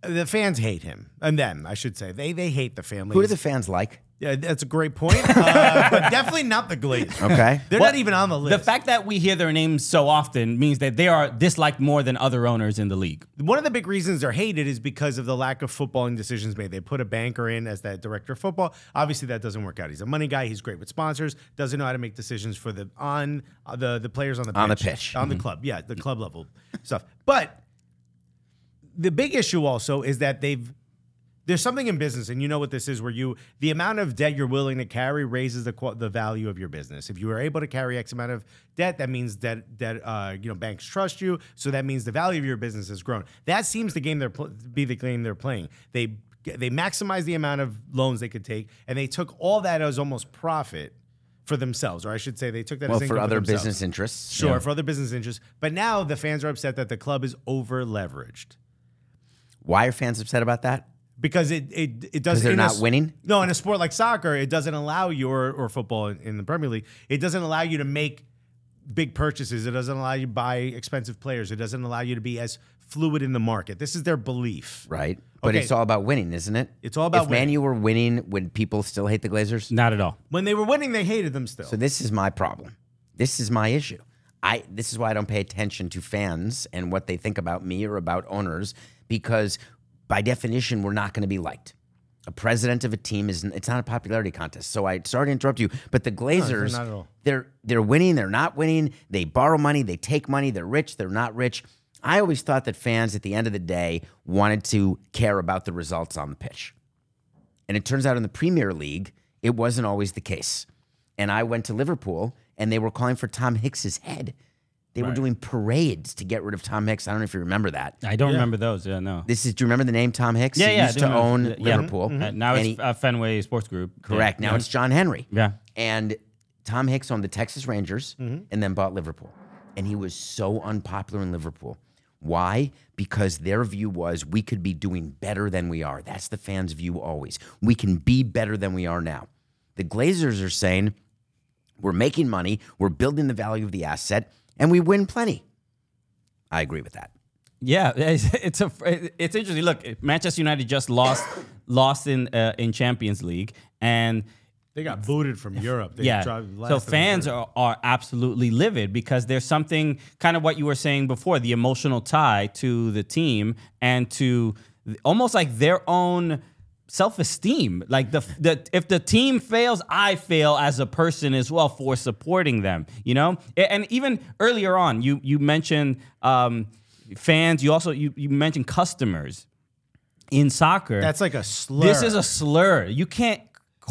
Speaker 1: The fans hate him and them, I should say. They they hate the family.
Speaker 3: Who do the fans like?
Speaker 1: yeah, that's a great point, uh, but definitely not the Glazers.
Speaker 3: Okay.
Speaker 1: they're
Speaker 2: Well,
Speaker 1: not even on the list.
Speaker 2: The fact that we hear their names so often means that they are disliked more than other owners in the league.
Speaker 1: one of the big reasons they're hated is because of the lack of footballing decisions made. They put a banker in as that director of football. Obviously, that doesn't work out. He's a money guy. He's great with sponsors. Doesn't know how to make decisions for the on uh, the the players on the
Speaker 3: On the
Speaker 1: pitch,
Speaker 3: pitch. Mm-hmm.
Speaker 1: on the club. Yeah, the club level stuff. But the big issue also is that they've there's something in business, and you know what this is, where you the amount of debt you're willing to carry raises the qua- the value of your business. If you are able to carry X amount of debt, that means that that uh, you know banks trust you, so that means the value of your business has grown. That seems the game they're pl- be the game they're playing. They they maximize the amount of loans they could take, and they took all that as almost profit for themselves, or I should say, they took that
Speaker 3: Well,
Speaker 1: as income
Speaker 3: for other
Speaker 1: themselves.
Speaker 3: business interests.
Speaker 1: Sure, for other business interests. But now the fans are upset that the club is over leveraged
Speaker 3: Why are fans upset about that?
Speaker 1: because it it, it doesn't.
Speaker 3: they're
Speaker 1: in a
Speaker 3: not
Speaker 1: s-
Speaker 3: winning?
Speaker 1: No, in a sport like soccer, it doesn't allow you or, or football in, in the Premier League. It doesn't allow you to make big purchases. It doesn't allow you to buy expensive players. It doesn't allow you to be as fluid in the market. This is their belief.
Speaker 3: Right. But
Speaker 1: Okay.
Speaker 3: it's all about winning, isn't it?
Speaker 1: It's all about
Speaker 3: if
Speaker 1: winning.
Speaker 3: Manu were winning, would people still hate the Glazers?
Speaker 2: Not at all.
Speaker 1: When they were winning, they hated them still.
Speaker 3: So this is my problem. This is my issue. I this is why I don't pay attention to fans and what they think about me or about owners because by definition we're not going to be liked. A president of a team is it's not a popularity contest. So I sorry to interrupt you, but the Glazers
Speaker 1: not at all.
Speaker 3: they're they're winning, they're not winning, they borrow money, they take money, they're rich, they're not rich. I always thought that fans at the end of the day wanted to care about the results on the pitch. And it turns out in the Premier League, it wasn't always the case. And I went to Liverpool and they were calling for Tom Hicks's head. They were doing parades to get rid of Tom Hicks. I don't know if you remember that.
Speaker 2: I don't remember those. Yeah, no.
Speaker 3: This is do you remember the name Tom Hicks?
Speaker 2: Yeah,
Speaker 3: he
Speaker 2: yeah, I
Speaker 3: used
Speaker 2: do
Speaker 3: to
Speaker 2: remember.
Speaker 3: own
Speaker 2: Yeah.
Speaker 3: Liverpool.
Speaker 2: Uh, now
Speaker 3: And
Speaker 2: it's
Speaker 3: he-
Speaker 2: uh, Fenway Sports Group.
Speaker 3: correct. Now it's John Henry.
Speaker 2: Yeah. Mm-hmm.
Speaker 3: And Tom Hicks owned the Texas Rangers and then bought Liverpool. And he was so unpopular in Liverpool. Why? Because their view was we could be doing better than we are. That's the fans' view always. We can be better than we are now. The Glazers are saying we're making money, we're building the value of the asset, and we win plenty. I agree with that.
Speaker 2: Yeah, it's, it's a it's interesting. Look, Manchester United just lost lost in uh, in Champions League, and
Speaker 1: They got booted from Europe. They
Speaker 2: yeah,
Speaker 1: dropped last
Speaker 2: so
Speaker 1: in the
Speaker 2: fans
Speaker 1: group.
Speaker 2: are, are absolutely livid because there's something kind of what you were saying before the emotional tie to the team and to th- almost like their own self esteem. Like the the if the team fails, I fail as a person as well for supporting them. You know, A- and even earlier on, you you mentioned um, fans. You also you, you mentioned customers in soccer.
Speaker 1: That's like a slur.
Speaker 2: This is a slur. You can't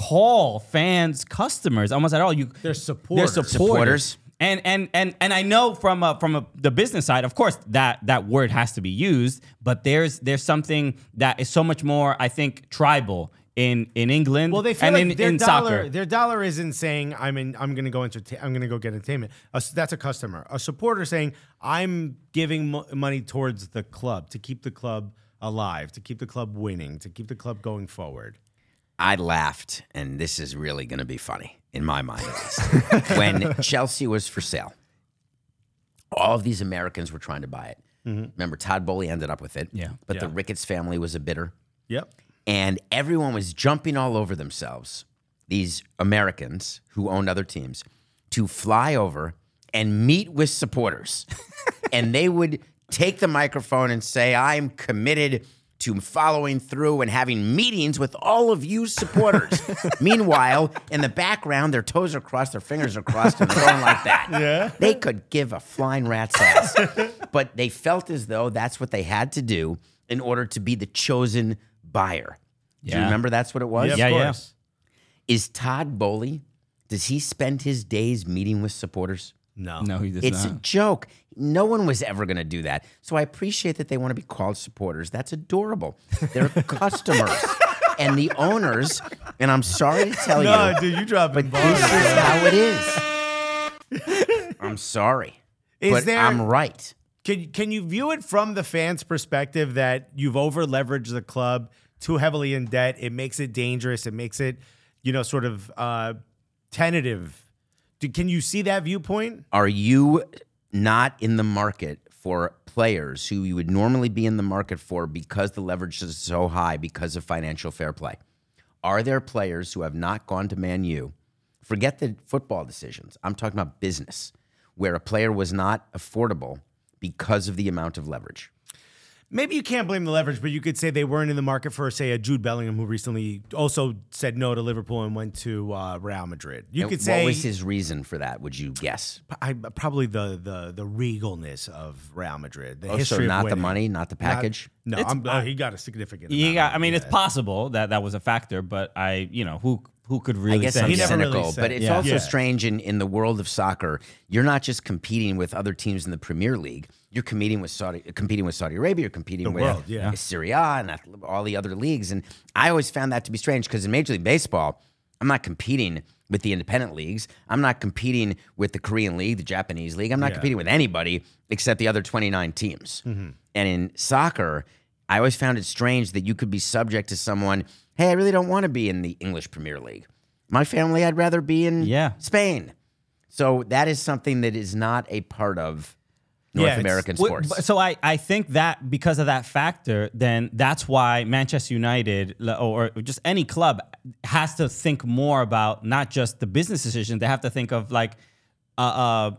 Speaker 2: call fans customers almost at all. You
Speaker 1: They're supporters.
Speaker 2: They're supporters.
Speaker 3: Supporters.
Speaker 2: And and and and I know from a, from a, the business side, of course, that that word has to be used. But there's there's something that is so much more, I think, tribal in in England.
Speaker 1: Well, they feel
Speaker 2: and
Speaker 1: like
Speaker 2: in,
Speaker 1: their
Speaker 2: in
Speaker 1: dollar
Speaker 2: soccer.
Speaker 1: their dollar isn't saying I'm in, I'm going to go entertain I'm going to go get entertainment. A s- that's a customer. A supporter saying I'm giving mo- money towards the club to keep the club alive, to keep the club winning, to keep the club going forward.
Speaker 3: I laughed, and this is really going to be funny in my mind at least. when Chelsea was for sale, all of these Americans were trying to buy it. Remember, Todd Bowley ended up with it.
Speaker 2: Mm-hmm. Yeah.
Speaker 3: But the Ricketts family was a bidder,
Speaker 1: Yep.
Speaker 3: and everyone was jumping all over themselves, these Americans who owned other teams, to fly over and meet with supporters. and they would take the microphone and say, I'm committed to following through and having meetings with all of you supporters. Meanwhile, in the background, their toes are crossed, their fingers are crossed, and they're going like that. Yeah. They could give a flying rat's ass. but they felt as though that's what they had to do in order to be the chosen buyer. Do you
Speaker 2: Yeah.
Speaker 3: remember that's what it was?
Speaker 1: Yeah, of
Speaker 2: Yeah, yeah.
Speaker 1: course.
Speaker 3: Is Todd Bowley, does he spend his days meeting with supporters?
Speaker 1: No.
Speaker 2: no, he does
Speaker 3: It's a
Speaker 2: not.
Speaker 3: joke. No one was ever going to do that. So I appreciate that they want to be called supporters. That's adorable. They're customers and the owners. And I'm sorry to tell you,
Speaker 1: No, dude, you dropping
Speaker 3: this
Speaker 1: bars.
Speaker 3: is how it is. I'm sorry,
Speaker 1: Is
Speaker 3: but
Speaker 1: there-
Speaker 3: I'm right.
Speaker 1: Can can you view it from the fans' perspective that you've over leveraged the club too heavily in debt? It makes it dangerous. It makes it, you know, sort of uh, tentative. Do, can you see that viewpoint?
Speaker 3: Are you not in the market for players who you would normally be in the market for because the leverage is so high because of financial fair play? Are there players who have not gone to Man U? Forget the football decisions. I'm talking about business, where a player was not affordable because of the amount of leverage.
Speaker 1: Maybe you can't blame the leverage, but you could say they weren't in the market for, say, a Jude Bellingham who recently also said no to Liverpool and went to uh, Real Madrid. You
Speaker 3: And
Speaker 1: could say
Speaker 3: what was his reason for that? Would you guess?
Speaker 1: I, probably the the the regalness of Real Madrid. The
Speaker 3: Oh, so
Speaker 1: history of
Speaker 3: not the
Speaker 1: winning.
Speaker 3: money, not the
Speaker 1: Not-
Speaker 3: package.
Speaker 1: no, I'm, uh, he got a significant.
Speaker 2: You
Speaker 1: amount
Speaker 2: got,
Speaker 1: of
Speaker 2: I mean,
Speaker 1: it,
Speaker 2: it's possible that that was a factor, but I, you know, who who could really
Speaker 3: I guess
Speaker 2: say?
Speaker 3: I'm
Speaker 1: He never really
Speaker 3: cynical,
Speaker 1: said
Speaker 3: but
Speaker 1: it.
Speaker 3: it's
Speaker 2: Yeah.
Speaker 3: also
Speaker 1: Yeah.
Speaker 3: strange in, in the world of soccer. You're not just competing with other teams in the Premier League. You're competing with Saudi, competing with Saudi Arabia. You're competing with
Speaker 1: world, yeah.
Speaker 3: Syria and ath- all the other leagues. And I always found that to be strange because in Major League Baseball, I'm not competing with the independent leagues. I'm not competing with the Korean League, the Japanese League. I'm not competing with anybody except the other 29 teams.
Speaker 1: Mm-hmm.
Speaker 3: And in soccer, I always found it strange that you could be subject to someone. Hey, I really don't want to be in the English Premier League. My family, I'd rather be in
Speaker 2: Yeah.
Speaker 3: Spain. So that is something that is not a part of North
Speaker 1: it's-
Speaker 3: American
Speaker 2: Wh-
Speaker 3: sports.
Speaker 2: but- So I, I think that because of that factor, then that's why Manchester United l- or or just any club has to think more about not just the business decisions. They have to think of like uh, uh,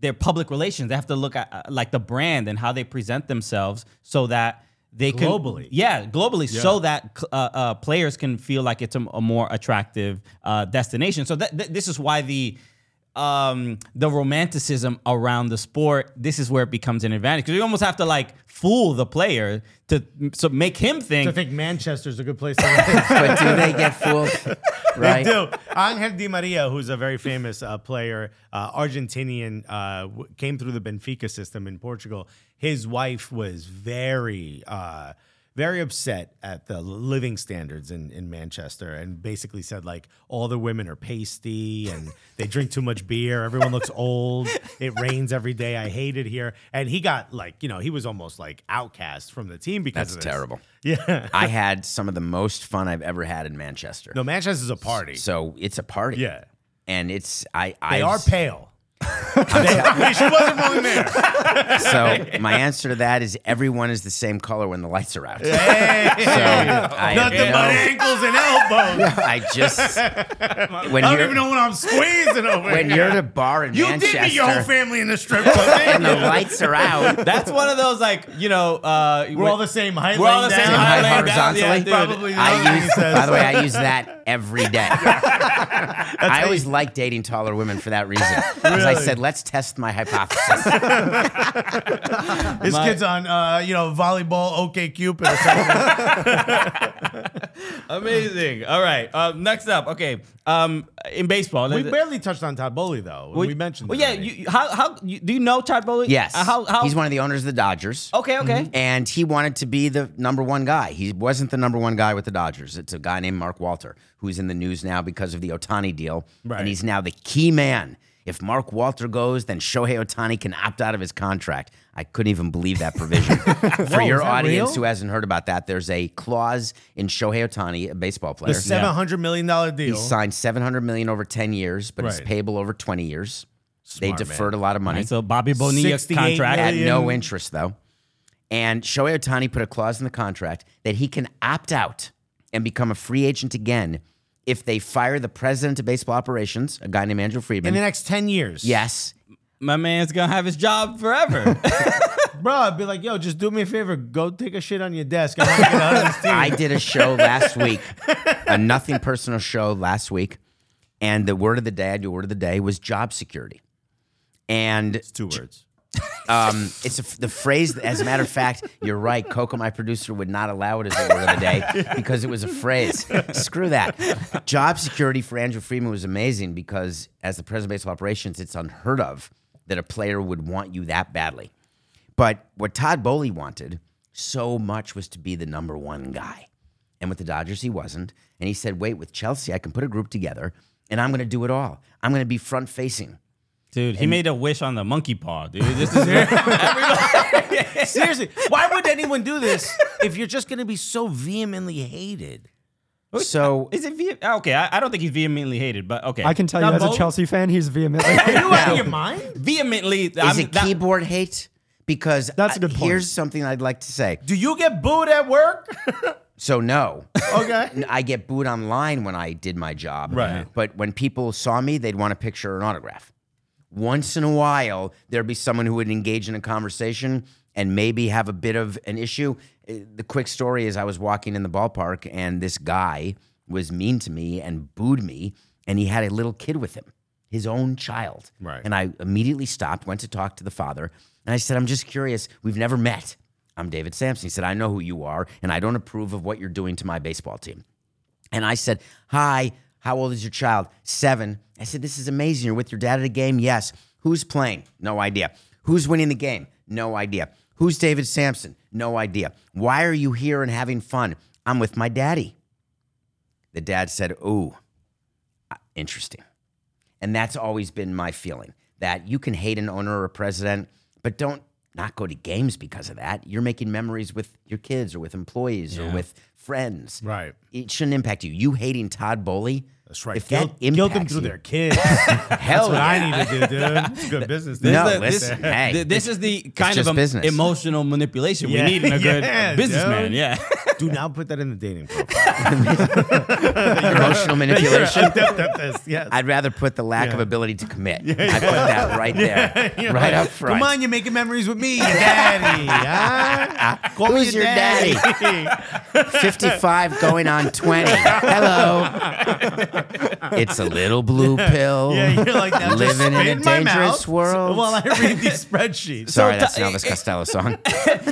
Speaker 2: their public relations. They have to look at uh, like the brand and how they present themselves so that they can
Speaker 1: Globally.
Speaker 2: yeah, globally, so that cl- uh, uh, players can feel like it's a, a more attractive uh, destination. So that, th- this is why the um, the romanticism around the sport. This is where it becomes an advantage because you almost have to like fool the player to so make him
Speaker 1: I
Speaker 2: think.
Speaker 1: think Manchester's a good place to live.
Speaker 3: but do they get fooled? Right?
Speaker 1: They do. Angel Di Maria, who's a very famous uh, player, uh, Argentinian, uh, w- came through the Benfica system in Portugal. His wife was very, uh, very upset at the living standards in, in Manchester and basically said, like, all the women are pasty and they drink too much beer. Everyone looks old. It rains every day. I hate it here. And he got, like, you know, he was almost like outcast from the team because
Speaker 3: That's
Speaker 1: of this.
Speaker 3: terrible.
Speaker 1: Yeah.
Speaker 3: I had some of the most fun I've ever had in Manchester.
Speaker 1: No, Manchester's a party.
Speaker 3: So it's a party.
Speaker 1: Yeah.
Speaker 3: And it's I
Speaker 1: They
Speaker 3: I
Speaker 1: are pale. she wasn't born there.
Speaker 3: So my answer to that is everyone is the same color when the lights are out.
Speaker 1: Hey,
Speaker 3: So I,
Speaker 1: nothing
Speaker 3: no,
Speaker 1: but ankles and elbows.
Speaker 3: I just when
Speaker 1: I don't
Speaker 3: you're
Speaker 1: even know when I'm squeezing over.
Speaker 3: when
Speaker 1: here.
Speaker 3: you're at a bar in
Speaker 1: you
Speaker 3: Manchester
Speaker 1: did meet your whole family in the strip club. didn't
Speaker 3: and the
Speaker 1: you?
Speaker 3: lights are out.
Speaker 2: That's one of those like you know uh,
Speaker 1: We're all the same height.
Speaker 2: We're all
Speaker 1: laying
Speaker 2: the same
Speaker 1: down.
Speaker 3: height,
Speaker 2: high lane down.
Speaker 3: horizontally?
Speaker 2: Yeah, dude.
Speaker 1: Probably not.
Speaker 3: I use,
Speaker 1: Says-
Speaker 3: by the way, I use that every day. I always like dating taller women for that reason. Because I
Speaker 1: Really?
Speaker 3: said, let's test my hypothesis.
Speaker 1: This
Speaker 2: My-
Speaker 1: kid's on, uh, you know, volleyball, OK Cupid or something.
Speaker 2: Amazing. All right. Uh, next up. Okay. Um, in baseball,
Speaker 1: we
Speaker 2: the-
Speaker 1: barely touched on Todd Bowley, though. We, mentioned
Speaker 2: Well,
Speaker 1: that
Speaker 2: yeah.
Speaker 1: already.
Speaker 2: You, you- how how you, do you know Todd Bowley?
Speaker 3: yes.
Speaker 2: Uh, how how
Speaker 3: He's one Mm-hmm. of the owners of the Dodgers.
Speaker 2: Okay. Okay.
Speaker 3: And he wanted to be the number one guy. He wasn't the number one guy with the Dodgers. It's a guy named Mark Walter, who's in the news now because of the Otani deal.
Speaker 1: Right.
Speaker 3: And he's now the key man. If Mark Walter goes, then Shohei Otani can opt out of his contract. I couldn't even believe that provision. For
Speaker 1: Whoa, is
Speaker 3: your
Speaker 1: that
Speaker 3: audience
Speaker 1: real?
Speaker 3: who hasn't heard about that, there's a clause in Shohei Otani, a baseball player.
Speaker 1: the $700 million deal.
Speaker 3: He signed 700 million over 10 years, but it's
Speaker 1: Right.
Speaker 3: payable over 20 years. they
Speaker 1: Smart man.
Speaker 3: deferred a lot of money
Speaker 2: Right, so Bobby Bonilla's
Speaker 1: 68
Speaker 2: contract.
Speaker 3: at
Speaker 1: million.
Speaker 3: no interest though. And Shohei Otani put a clause in the contract that he can opt out and become a free agent again if they fire the president of baseball operations, a guy named Andrew Friedman.
Speaker 1: in the next 10 years.
Speaker 3: yes.
Speaker 2: My man's gonna have his job forever.
Speaker 1: Bro, I'd be like, yo, just do me a favor. Go take a shit on your desk. I want to get out of this team.
Speaker 3: I did a show last week, a nothing personal show last week, and the word of the day, I do word of the day, was job security. And
Speaker 1: Two words.
Speaker 3: Um, it's a f the phrase. that- As a matter of fact, you're right. Coco, my producer, would not allow it as a word of the day because it was a phrase. Screw that. Job security for Andrew Freeman was amazing because, as the president of baseball operations, it's unheard of that a player would want you that badly. But what Todd Bowley wanted so much was to be the number one guy. And with the Dodgers, he wasn't. And he said, wait, with Chelsea, I can put a group together and I'm going to do it all. I'm going to be front facing.
Speaker 2: dude, he made a wish on the monkey paw, dude. This is everybody.
Speaker 1: Seriously, why would anyone do this if you're just going to be so vehemently hated?
Speaker 3: So
Speaker 2: Is it ve- okay? I, I don't think he's vehemently hated, but okay.
Speaker 8: I can tell
Speaker 2: Todd
Speaker 8: you, as a
Speaker 2: Bowley-
Speaker 8: Chelsea fan, he's vehemently.
Speaker 1: Are you out of your mind?
Speaker 2: vehemently. Is
Speaker 3: is it keyboard hate? Because
Speaker 8: That's
Speaker 3: I-
Speaker 8: a good point.
Speaker 3: here's something I'd like to say.
Speaker 1: Do you get booed at work?
Speaker 3: So no,
Speaker 1: Okay.
Speaker 3: I get booed online when I did my job.
Speaker 1: Right.
Speaker 3: But when people saw me, they'd want a picture or an autograph. Once in a while, there'd be someone who would engage in a conversation and maybe have a bit of an issue. Uh, The quick story is I was walking in the ballpark and this guy was mean to me and booed me, and he had a little kid with him, his own child.
Speaker 1: Right.
Speaker 3: And I immediately stopped, went to talk to the father, and I said, I'm just curious. We've never met. I'm David Sampson. He said, I know who you are, and I don't approve of what you're doing to my baseball team. And I said, Hi, how old is your child? Seven. I said, This is amazing. You're with your dad at a game? Yes. Who's playing? No idea. Who's winning the game? No idea. Who's David Sampson? No idea. Why are you here and having fun? I'm with my daddy. The dad said, Ooh, uh, interesting. And that's always been my feeling that you can hate an owner or a president, but don't not go to games because of that. You're making memories with your kids or with employees or with friends
Speaker 1: Right.
Speaker 3: it shouldn't impact you. You hating Todd Bowley.
Speaker 1: That's right.
Speaker 3: If
Speaker 1: guilt,
Speaker 3: that
Speaker 1: guilt them
Speaker 3: impacts
Speaker 1: through
Speaker 3: you-
Speaker 1: their kids. That's
Speaker 3: hell
Speaker 1: what
Speaker 3: yeah.
Speaker 1: I need to do, dude. It's good business. dude.
Speaker 3: No,
Speaker 2: the-
Speaker 3: listen, hey.
Speaker 2: th- this is the kind of
Speaker 3: just
Speaker 2: em-
Speaker 3: business.
Speaker 2: emotional manipulation
Speaker 1: Yeah.
Speaker 2: we need in a good
Speaker 1: Yeah,
Speaker 2: businessman.
Speaker 1: dude.
Speaker 2: Yeah.
Speaker 1: do not put that in the dating profile.
Speaker 3: emotional
Speaker 1: You're a
Speaker 3: manipulation.
Speaker 1: adept at this, yes.
Speaker 3: I'd rather put the lack of ability to commit. I put that right there,
Speaker 1: You're
Speaker 3: right
Speaker 1: like,
Speaker 3: up front.
Speaker 1: Come on, you're making memories with me, your daddy. huh? Call me
Speaker 3: Who's your daddy? Fifty-five going on twenty. Hello. It's a little blue pill.
Speaker 1: yeah, you're like that.
Speaker 3: Living in a
Speaker 1: in my
Speaker 3: dangerous
Speaker 1: mouth
Speaker 3: world.
Speaker 1: While I read these spreadsheets.
Speaker 3: Sorry,
Speaker 2: So
Speaker 3: that's
Speaker 2: t-
Speaker 3: an Elvis Costello song.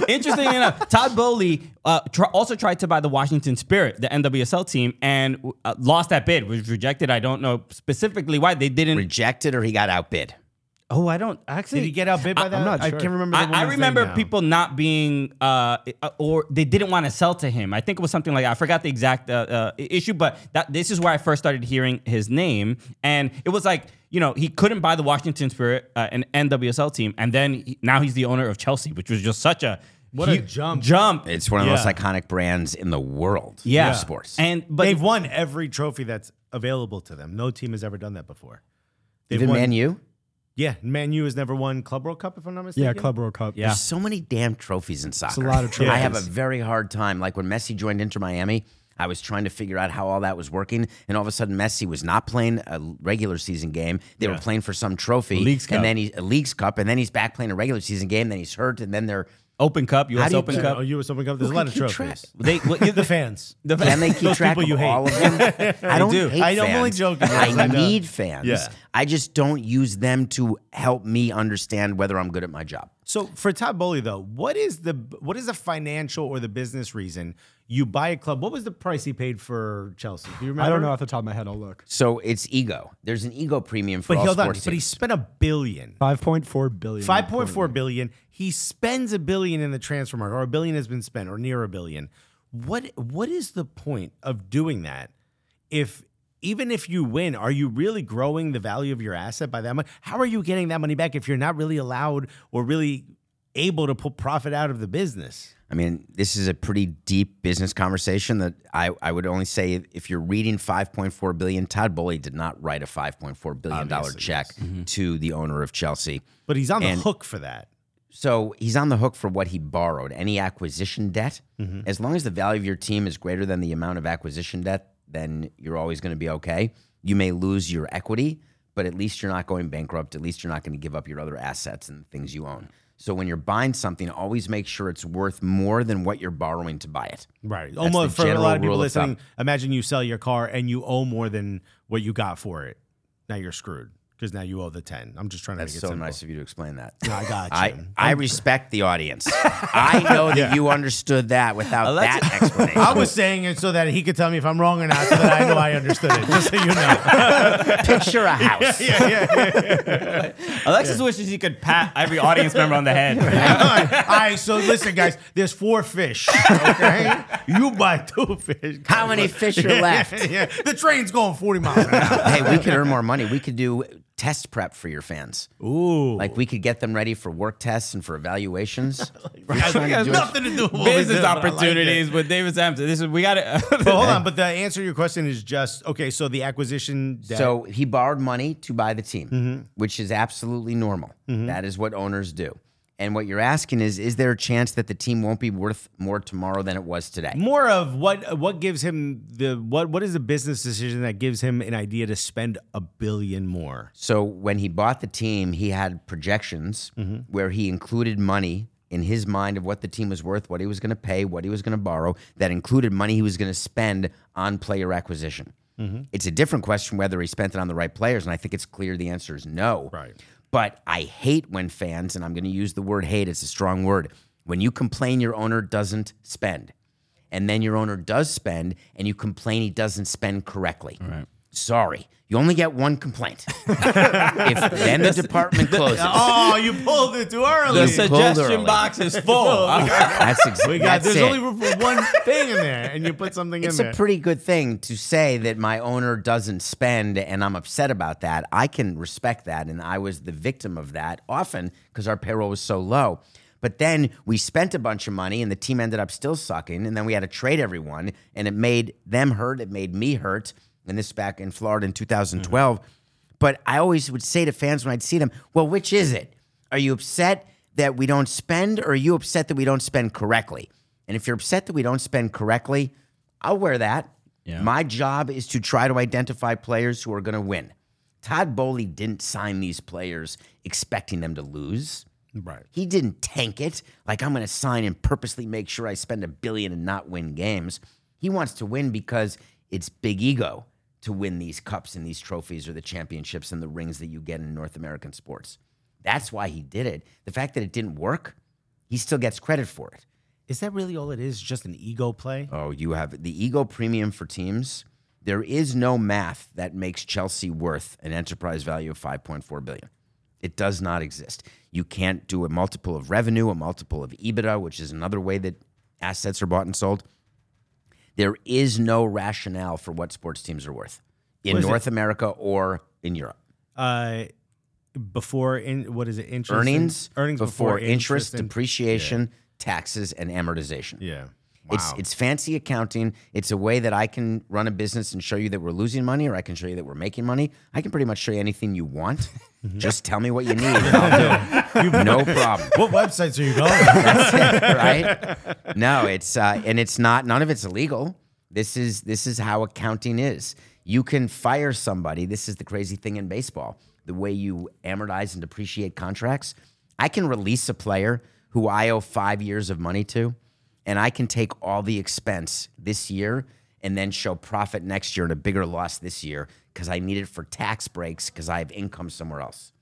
Speaker 2: Interesting enough, Todd Bowley uh, tr- also tried to buy the Washington Spirit, the NWSL team, and uh, lost that bid. Was rejected. I don't know specifically why they didn't.
Speaker 3: Rejected or he got outbid.
Speaker 2: oh, I don't actually.
Speaker 1: Did he get outbid
Speaker 2: I-
Speaker 1: by that?
Speaker 2: I'm not
Speaker 1: I
Speaker 2: sure.
Speaker 1: can't remember. The
Speaker 2: I, I
Speaker 1: woman's
Speaker 2: remember
Speaker 1: name now.
Speaker 2: people not being, uh, or they didn't want to sell to him. I think it was something like I forgot the exact uh, uh, issue, but that this is where I first started hearing his name, and it was like you know he couldn't buy the Washington Spirit, uh, an NWSL team, and then he, now he's the owner of Chelsea, which was just such a
Speaker 1: What a
Speaker 2: hu-
Speaker 1: jump.
Speaker 2: jump.
Speaker 3: It's one of the most
Speaker 1: Yeah.
Speaker 3: iconic brands in the world.
Speaker 2: yeah,
Speaker 3: of sports.
Speaker 2: and but
Speaker 1: They've won every trophy that's available to them. No team has ever done that before. They've
Speaker 3: Even
Speaker 1: won-
Speaker 3: Man U.
Speaker 1: Yeah, Man U has never won Club World Cup, if I'm not mistaken.
Speaker 8: Yeah, Club World Cup.
Speaker 2: Yeah.
Speaker 3: There's so many damn trophies in soccer.
Speaker 8: lot of
Speaker 3: I have a
Speaker 8: trophies.
Speaker 3: very hard time. Like when Messi joined Inter Miami, I was trying to figure out how all that was working, and all of a sudden Messi was not playing a regular season game. They were playing for some trophy,
Speaker 2: Leagues Cup.
Speaker 3: and then he a leagues cup, and then he's back playing a regular season game. Then he's hurt, and then they're
Speaker 2: Open Cup, U.S.
Speaker 3: do you
Speaker 2: Open
Speaker 3: keep-
Speaker 1: Oh,
Speaker 2: Cup.
Speaker 1: U.S. Open Cup. There's a
Speaker 3: Who
Speaker 1: lot
Speaker 3: can
Speaker 1: of
Speaker 3: keep
Speaker 1: trophies.
Speaker 3: track?
Speaker 2: They well, you-
Speaker 1: The fans.
Speaker 2: the-
Speaker 3: can they keep track
Speaker 1: people
Speaker 3: of
Speaker 1: you hate.
Speaker 3: all of them? I don't
Speaker 2: do.
Speaker 3: hate
Speaker 1: I- I'm
Speaker 3: fans.
Speaker 1: only joking.
Speaker 3: I
Speaker 1: I know.
Speaker 3: need fans.
Speaker 1: Yeah.
Speaker 3: I just don't use them to help me understand whether I'm good at my job.
Speaker 1: So for Todd Bowley though, what is the what is the financial or the business reason you buy a club? What was the price he paid for Chelsea? Do you remember?
Speaker 8: I don't know off the top of my head. I'll look.
Speaker 3: So it's ego. There's an ego premium for
Speaker 1: But
Speaker 3: all
Speaker 1: hold on.
Speaker 3: sports
Speaker 1: But he
Speaker 3: teams.
Speaker 1: spent a billion.
Speaker 8: Five point four billion.
Speaker 1: Five point four billion. He spends a billion in the transfer market, or a billion has been spent, or near a billion. What what is the point of doing that? If even if you win, are you really growing the value of your asset by that much? How are you getting that money back if you're not really allowed or really able to pull profit out of the business?
Speaker 3: I mean, this is a pretty deep business conversation that I, I would only say if you're reading 5.4 billion, Todd Bowley did not write a 5.4 billion dollar check
Speaker 1: Mm-hmm.
Speaker 3: to the owner of Chelsea.
Speaker 1: But he's on
Speaker 3: And-
Speaker 1: the hook for that.
Speaker 3: So he's on the hook for what he borrowed. Any acquisition debt,
Speaker 1: Mm-hmm.
Speaker 3: as long as the value of your team is greater than the amount of acquisition debt, then you're always going to be okay. You may lose your equity, but at least you're not going bankrupt. At least you're not going to give up your other assets and the things you own. So when you're buying something, always make sure it's worth more than what you're borrowing to buy it.
Speaker 1: Right.
Speaker 3: That's
Speaker 1: Almost
Speaker 3: the
Speaker 1: for a
Speaker 3: general
Speaker 1: lot of people
Speaker 3: rule of thumb.
Speaker 1: listening, imagine you sell your car and you owe more than what you got for it. Now you're screwed because now you owe the 10. I'm just trying to
Speaker 3: That's
Speaker 1: make it
Speaker 3: so
Speaker 1: simple.
Speaker 3: nice of you to explain that.
Speaker 1: I got
Speaker 3: I,
Speaker 1: you.
Speaker 3: I respect the audience. I know that you understood that without that explanation.
Speaker 1: I was saying it so that he could tell me if I'm wrong or not, so that I know I understood it. Just so you know.
Speaker 3: picture a house.
Speaker 2: Alexis wishes he could pat every audience member on the head.
Speaker 1: All right. So listen, guys. There's four fish. Okay. You buy two fish.
Speaker 3: How many fish are left?
Speaker 1: yeah. The train's going 40 miles an hour.
Speaker 3: hey, we could earn more money. We could do test prep for your fans. Ooh. Like we could get them ready for work tests and for evaluations.
Speaker 2: It has
Speaker 1: Nothing to do with what we
Speaker 2: business
Speaker 1: did, but I like it.
Speaker 2: opportunities with David Sampson. This is we got
Speaker 1: But
Speaker 2: to.
Speaker 1: hold on. But the answer to your question is just okay. So the acquisition debt.
Speaker 3: So he borrowed money to buy the team, which is absolutely normal. That is what owners do. And what you're asking is is there a chance that the team won't be worth more tomorrow than it was today?
Speaker 1: more of what what gives him the what what is the business decision that gives him an idea to spend a billion more
Speaker 3: So when he bought the team, he had projections where he included money in his mind of what the team was worth, what he was going to pay, what he was going to borrow. That included money he was going to spend on player acquisition. It's a different question whether he spent it on the right players, and I think it's clear the answer is no. Right. But I hate when fans, and I'm going to use the word hate, it's a strong word, when you complain your owner doesn't spend and then your owner does spend and you complain he doesn't spend correctly. Sorry, you only get one complaint. if then the department closes.
Speaker 1: oh you pulled it too early
Speaker 2: The
Speaker 3: suggestion
Speaker 2: suggestion
Speaker 3: early.
Speaker 2: box is full.
Speaker 3: That's exactly
Speaker 1: we got
Speaker 3: that's
Speaker 1: there's
Speaker 3: it.
Speaker 1: only room for one thing in there and you put something
Speaker 3: it's
Speaker 1: in
Speaker 3: a
Speaker 1: there
Speaker 3: pretty good thing to say that my owner doesn't spend and I'm upset about that. I can respect that and I was the victim of that often because our payroll was so low. But then we spent a bunch of money and the team ended up still sucking and then we had to trade everyone and it made them hurt, it made me hurt. And this back in Florida in 2012. But I always would say to fans when I'd see them, well, which is it? Are you upset that we don't spend or are you upset that we don't spend correctly? And if you're upset that we don't spend correctly, I'll wear that. My job is to try to identify players who are going to win. Todd Bowley didn't sign these players expecting them to lose. Right. He didn't tank it like I'm going to sign and purposely make sure I spend a billion and not win games. He wants to win because it's big ego to win these cups and these trophies or the championships and the rings that you get in North American sports. That's why he did it. The fact that it didn't work, he still gets credit for it.
Speaker 1: is that really all it is just an ego play
Speaker 3: Oh, you have the ego premium for teams. There is no math that makes Chelsea worth an enterprise value of 5.4 billion. It does not exist. You can't do a multiple of revenue, a multiple of EBITDA, which is another way that assets are bought and sold. There is no rationale for what sports teams are worth in
Speaker 1: What is it?
Speaker 3: North America or in Europe.
Speaker 1: uh before in what is it interest and-
Speaker 3: Earnings,
Speaker 1: earnings before,
Speaker 3: interest,
Speaker 1: and-
Speaker 3: depreciation, taxes, and amortization.
Speaker 1: yeah
Speaker 3: It's it's fancy accounting. It's a way that I can run a business and show you that we're losing money, or I can show you that we're making money. I can pretty much show you anything you want. Just tell me what you need, and I'll do it. No problem.
Speaker 1: What websites are you going?
Speaker 3: right? No, it's uh, and it's not. None of it's illegal. This is this is how accounting is. You can fire somebody. This is the crazy thing in baseball. The way you amortize and depreciate contracts. I can release a player who I owe five years of money to, and I can take all the expense this year and then show profit next year and a bigger loss this year because I need it for tax breaks because I have income somewhere else.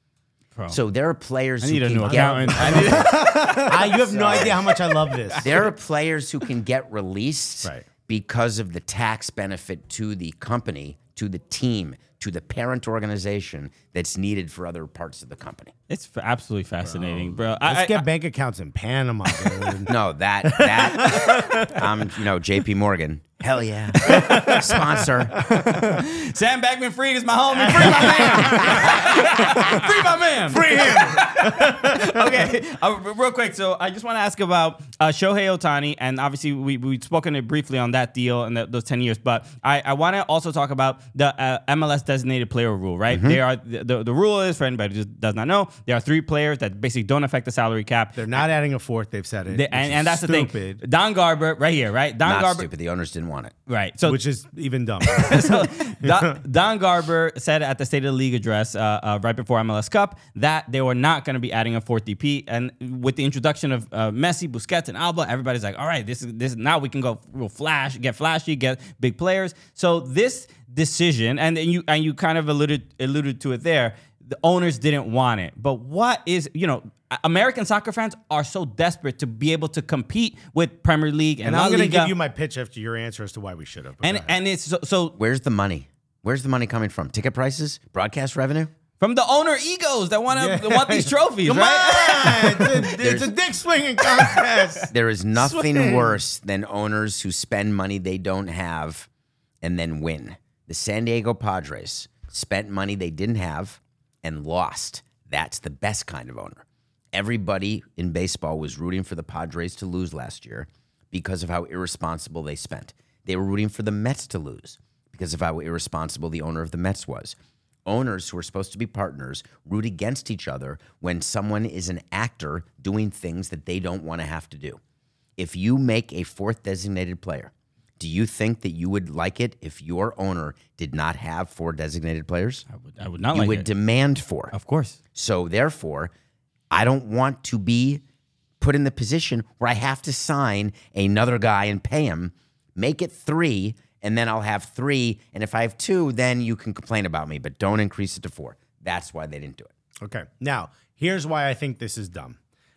Speaker 3: So there are players
Speaker 2: I need
Speaker 3: who
Speaker 2: a
Speaker 3: can
Speaker 2: new
Speaker 3: get-
Speaker 2: accountant. I need-
Speaker 1: I, you have no idea how much I love this.
Speaker 3: there are players who can get released
Speaker 1: Right.
Speaker 3: because of the tax benefit to the company, to the team, to the parent organization that's needed for other parts of the company.
Speaker 2: it's f- absolutely fascinating, bro. I- I-
Speaker 1: Let's get bank accounts in Panama. dude.
Speaker 3: No, that that I'm you know JP Morgan. Hell yeah. Sponsor.
Speaker 2: Sam Backman Freed is my homie. Free my man. Free my man. Free him. okay, uh, real quick. So I just want to ask about uh, Shohei Otani, and obviously we we've spoken it briefly on that deal and the, those ten years, but I, I want to also talk about the uh, MLS designated player rule. Right,
Speaker 1: Mm-hmm.
Speaker 2: there are the, the the rule is for anybody who does not know, there are three players that basically don't affect the salary cap.
Speaker 1: They're not adding a fourth. They've said it.
Speaker 2: They-
Speaker 1: which
Speaker 2: and,
Speaker 1: is
Speaker 2: and that's
Speaker 1: stupid,
Speaker 2: the thing. Don Garber, right here, right? Don
Speaker 3: Not
Speaker 2: Garber,
Speaker 3: stupid. The owners didn't want it.
Speaker 2: right? So
Speaker 1: which is even dumb.
Speaker 2: so Don, Don Garber said at the State of the League address uh, uh, right before MLS Cup that they were not going to be adding a fourth DP, and with the introduction of uh, Messi, Busquets, and Alba, everybody's like, "All right, this is this now we can go real flash, get flashy, get big players." So this decision, and, and you and you kind of alluded alluded to it there. The owners didn't want it, but what is you know. A- American soccer fans are so desperate to be able to compete with Premier League
Speaker 1: and
Speaker 2: and,
Speaker 1: I'm
Speaker 2: La
Speaker 1: going to
Speaker 2: Liga,
Speaker 1: give you my pitch after your answer as to why we should have. but
Speaker 2: and
Speaker 1: go ahead.
Speaker 2: and it's so, so
Speaker 3: Where's the money? Where's the money coming from? Ticket prices? Broadcast revenue?
Speaker 2: from the owner egos that want to want these trophies,
Speaker 1: Come
Speaker 2: right?
Speaker 1: on, it's a, it's a dick swinging contest.
Speaker 3: There is nothing
Speaker 1: Swing.
Speaker 3: worse than owners who spend money they don't have and then win. The San Diego Padres spent money they didn't have and lost. That's the best kind of owner. Everybody in baseball was rooting for the Padres to lose last year because of how irresponsible they spent. They were rooting for the Mets to lose because of how irresponsible the owner of the Mets was. Owners who are supposed to be partners root against each other when someone is an actor doing things that they don't want to have to do. If you make a fourth designated player, do you think that you would like it if your owner did not have four designated players?
Speaker 2: I would not
Speaker 3: you
Speaker 2: like
Speaker 3: would
Speaker 2: it.
Speaker 3: demand four.
Speaker 2: of course.
Speaker 3: So therefore, I don't want to be put in the position where I have to sign another guy and pay him. Make it three, and then I'll have three. And if I have two, then you can complain about me, but don't increase it to four. That's why they didn't do it.
Speaker 1: Okay. Now, here's why I think this is dumb.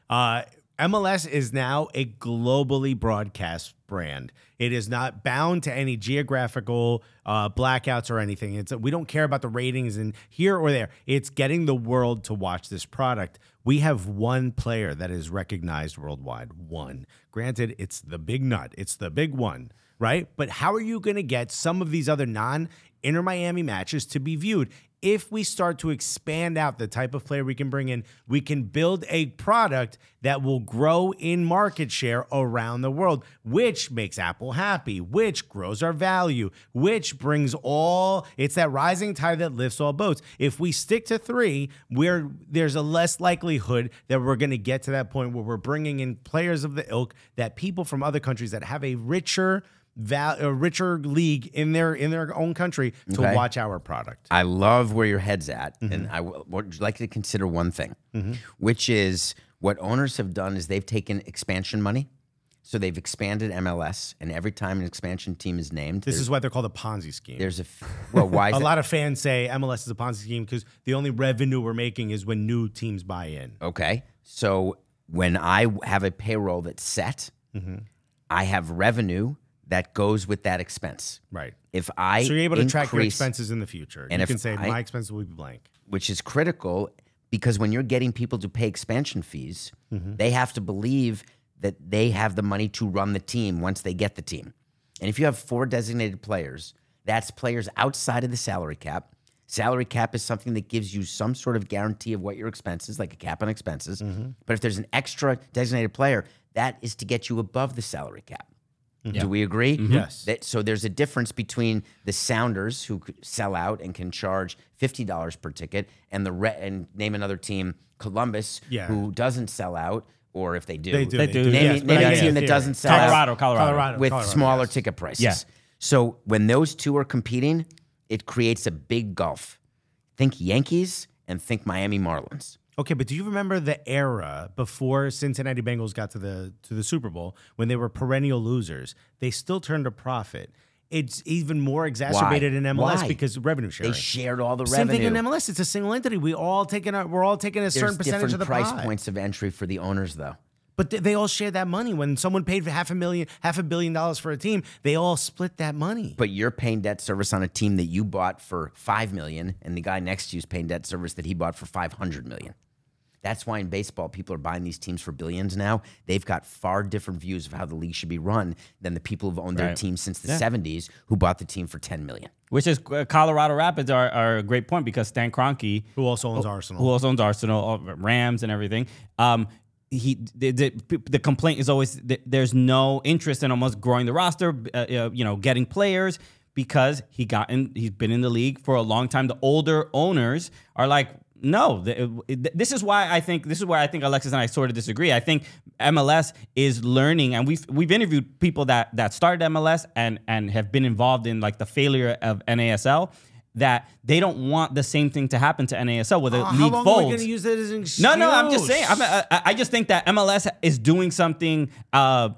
Speaker 1: Uh, MLS is now a globally broadcast brand. It is not bound to any geographical uh, blackouts or anything. It's we don't care about the ratings in here or there. It's getting the world to watch this product. We have one player that is recognized worldwide. One. Granted, it's the big nut. It's the big one right? But how are you going to get some of these other non Inter Miami matches to be viewed? If we start to expand out the type of player we can bring in, we can build a product that will grow in market share around the world, which makes Apple happy, which grows our value, which brings all it's that rising tide that lifts all boats. If we stick to three, we're there's a less likelihood that we're going to get to that point where we're bringing in players of the ilk that people from other countries that have a richer val- a richer league in their in their own country to
Speaker 3: Okay.
Speaker 1: watch our product.
Speaker 3: I love where your head's at, and
Speaker 1: Mm-hmm.
Speaker 3: I w- would like to consider one thing, which is what owners have done is they've taken expansion money, so they've expanded MLS, and every time an expansion team is named,
Speaker 1: This
Speaker 3: there's,
Speaker 1: is why they're called a Ponzi scheme.
Speaker 3: there's a f- well, why is
Speaker 1: a
Speaker 3: that?
Speaker 1: lot of fans say MLS is a Ponzi scheme because the only revenue we're making is when new teams buy in.
Speaker 3: Okay. So when I w- have a payroll that's set,
Speaker 1: Mm-hmm.
Speaker 3: I have revenue that goes with that expense.
Speaker 1: Right.
Speaker 3: If I
Speaker 1: So you're able to track your
Speaker 3: increase-
Speaker 1: expenses in the future.
Speaker 3: And
Speaker 1: you
Speaker 3: if
Speaker 1: can say
Speaker 3: I-
Speaker 1: my expenses will be blank.
Speaker 3: which is critical because when you're getting people to pay expansion fees, they have to believe that they have the money to run the team once they get the team. And if you have four designated players, that's players outside of the salary cap. Salary cap is something that gives you some sort of guarantee of what your expenses, like a cap on expenses. But if there's an extra designated player, that is to get you above the salary cap. Do we agree?
Speaker 1: Yes.
Speaker 3: That, so there's a difference between the Sounders who could sell out and can charge fifty dollars per ticket, and the re- and name another team, Columbus,
Speaker 1: Yeah.
Speaker 3: who doesn't sell out, or if they do,
Speaker 1: They do.
Speaker 2: They do,
Speaker 3: Name,
Speaker 2: yes,
Speaker 3: name
Speaker 2: but
Speaker 3: a
Speaker 2: I get
Speaker 3: team
Speaker 2: the
Speaker 3: that doesn't sell out
Speaker 2: Colorado, Colorado.
Speaker 1: Colorado.
Speaker 3: with
Speaker 1: Colorado,
Speaker 3: smaller
Speaker 1: yes.
Speaker 3: ticket prices.
Speaker 2: Yeah.
Speaker 3: So when those two are competing, it creates a big gulf. Think Yankees and think Miami Marlins.
Speaker 1: Okay, but do you remember the era before Cincinnati Bengals got to the to the Super Bowl when they were perennial losers? They still turned a profit. It's even more exacerbated in MLS
Speaker 3: Why?
Speaker 1: because revenue
Speaker 3: They
Speaker 1: sharing.
Speaker 3: shared all the
Speaker 1: Same
Speaker 3: revenue.
Speaker 1: thing in MLS. It's a single entity. We all taking a, we're all taking a certain
Speaker 3: There's
Speaker 1: percentage
Speaker 3: different
Speaker 1: of the
Speaker 3: price
Speaker 1: pie.
Speaker 3: points of entry for the owners, though.
Speaker 1: But th- they all share that money. When someone paid for half a million, half a billion dollars for a team, they all split that money.
Speaker 3: But you're paying debt service on a team that you bought for five million, and the guy next to you is paying debt service that he bought for five hundred million. That's why in baseball people are buying these teams for billions now. They've got far different views of how the league should be run than the people who've owned their
Speaker 2: Right.
Speaker 3: team since the '70s who bought the team for ten million.
Speaker 2: Which is uh, Colorado Rapids are, are a great point because Stan Kroenke,
Speaker 1: who also owns Arsenal?
Speaker 2: who also owns Arsenal, uh, Rams, and everything. Um, he the, the, the complaint is always that there's no interest in almost growing the roster, uh, uh, you know, getting players because he got in, he's been in the league for a long time. The older owners are like, no, th- it- this is why I think this is where I think Alexis and I sort of disagree. I think MLS is learning, and we've we've interviewed people that that started MLS and and have been involved in like the failure of NASL. That they don't want the same thing to happen to NASL, whether
Speaker 1: Uh,
Speaker 2: league
Speaker 1: how long
Speaker 2: folds.
Speaker 1: are we going to use that as an excuse?
Speaker 2: No, no, I'm just saying. I'm, uh, I, I just think that MLS is doing something uh,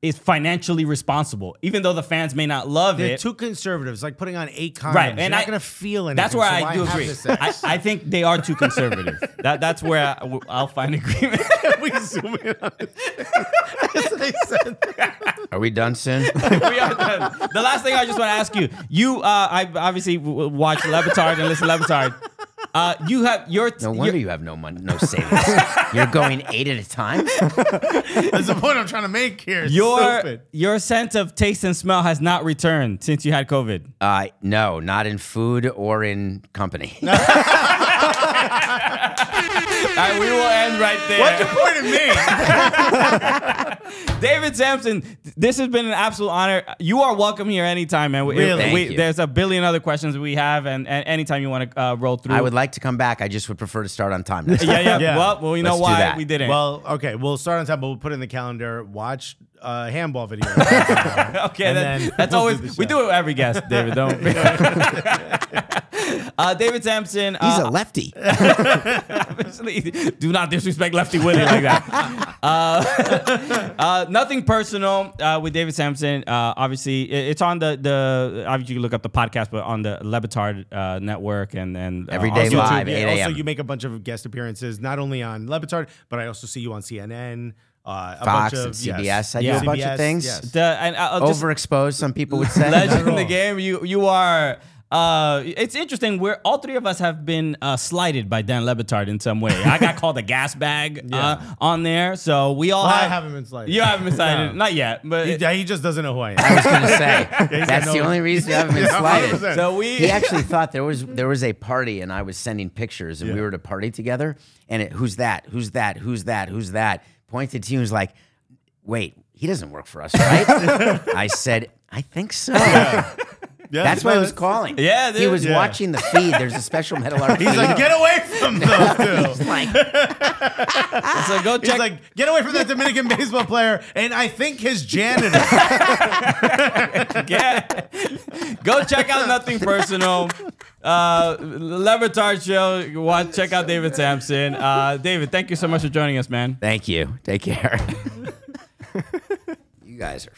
Speaker 2: is financially responsible, even though the fans may not love
Speaker 1: They're
Speaker 2: it.
Speaker 1: too conservatives, like putting on eight condoms.
Speaker 2: right,
Speaker 1: You're not going to feel anything.
Speaker 2: That's where
Speaker 1: so
Speaker 2: I
Speaker 1: why
Speaker 2: do
Speaker 1: have
Speaker 2: agree.
Speaker 1: the sex?
Speaker 2: I, I think they are too conservative. that, that's where I, I'll find agreement.
Speaker 1: we zoom in on it. That's what they said.
Speaker 3: Are we done soon?
Speaker 2: we are done. The last thing I just want to ask you: you, uh, I obviously w- watch Levitard and listen to Levitard. Uh, you have your
Speaker 3: No
Speaker 2: your,
Speaker 3: wonder you have no money, no savings. You're going eight at a time.
Speaker 1: That's the point I'm trying to make here. It's
Speaker 2: your
Speaker 1: stupid.
Speaker 2: your sense of taste and smell has not returned since you had COVID.
Speaker 3: Uh, no, not in food or in company.
Speaker 2: All right, we will end right there.
Speaker 1: What's the point of me?
Speaker 2: David Sampson, th- this has been an absolute honor. You are welcome here anytime, man. We-
Speaker 1: Really?
Speaker 2: we-
Speaker 3: Thank you.
Speaker 2: There's a billion other questions we have, and, and anytime you want to uh, roll through.
Speaker 3: I would like to come back. I just would prefer to start on time. Next time.
Speaker 2: yeah, yeah,
Speaker 1: Yeah.
Speaker 2: Well, well, you know
Speaker 3: Let's do
Speaker 2: why
Speaker 3: that.
Speaker 2: we didn't.
Speaker 1: well, okay, we'll start on time, but we'll put it in the calendar. Watch uh, handball video. okay,
Speaker 2: okay, that, that's always we do it with every guest, David. Don't. uh, David Sampson.
Speaker 3: He's
Speaker 2: uh,
Speaker 3: a lefty.
Speaker 2: Obviously, do not disrespect Lefty Willie like that. Uh, uh, nothing personal uh, with David Sampson. Uh, obviously, i- it's on the the. Obviously, you can look up the podcast, but on the Lebitard uh, network and then uh,
Speaker 3: Every
Speaker 2: on
Speaker 3: day
Speaker 2: YouTube.
Speaker 3: live,
Speaker 1: Yeah,
Speaker 3: 8
Speaker 1: also,
Speaker 3: a.m.
Speaker 1: you make a bunch of guest appearances, not only on Levitard, but I also see you on CNN, uh, a bunch
Speaker 3: Fox and
Speaker 1: of, yes.
Speaker 3: CBS. I
Speaker 2: Yeah.
Speaker 3: do a bunch of
Speaker 1: CBS,
Speaker 3: things.
Speaker 1: yes.
Speaker 2: The, and I'll just
Speaker 3: Overexposed, some people would say.
Speaker 2: legend in the
Speaker 1: all.
Speaker 2: game. You you are. Uh, it's interesting. We're all three of us have been uh, slighted by Dan Lebitard in some way. I got called a gas bag uh, on there, so we all
Speaker 1: Well, I
Speaker 2: have.
Speaker 1: haven't been slighted.
Speaker 2: You haven't been slighted, not yet. But
Speaker 1: He, yeah, he just doesn't know who I am.
Speaker 3: I was going to say that's
Speaker 1: got
Speaker 3: the
Speaker 1: no-
Speaker 3: only reason I haven't been slighted.
Speaker 1: 100%.
Speaker 2: so we
Speaker 3: He actually thought there was there was a party and I was sending pictures and we were at a party together and it, who's that? Who's that? Who's that? Who's that? Pointed to you and was like, "Wait, he doesn't work for us, right?" I said, "I think so."
Speaker 1: Yeah,
Speaker 3: That's why
Speaker 1: no,
Speaker 3: I was calling.
Speaker 2: Yeah,
Speaker 3: he
Speaker 2: dude.
Speaker 3: was
Speaker 1: Yeah.
Speaker 3: watching the feed. There's a special metal art.
Speaker 1: He's like, get away from those two.
Speaker 2: so go
Speaker 1: He's
Speaker 2: check.
Speaker 1: like, get away from that Dominican baseball player, and I think his janitor.
Speaker 2: Yeah. Go check out Nothing Personal. Uh, Levitard Show. Watch, check out David Sampson. Uh, David, thank you so much for joining us, man.
Speaker 3: Thank you. Take care. you guys are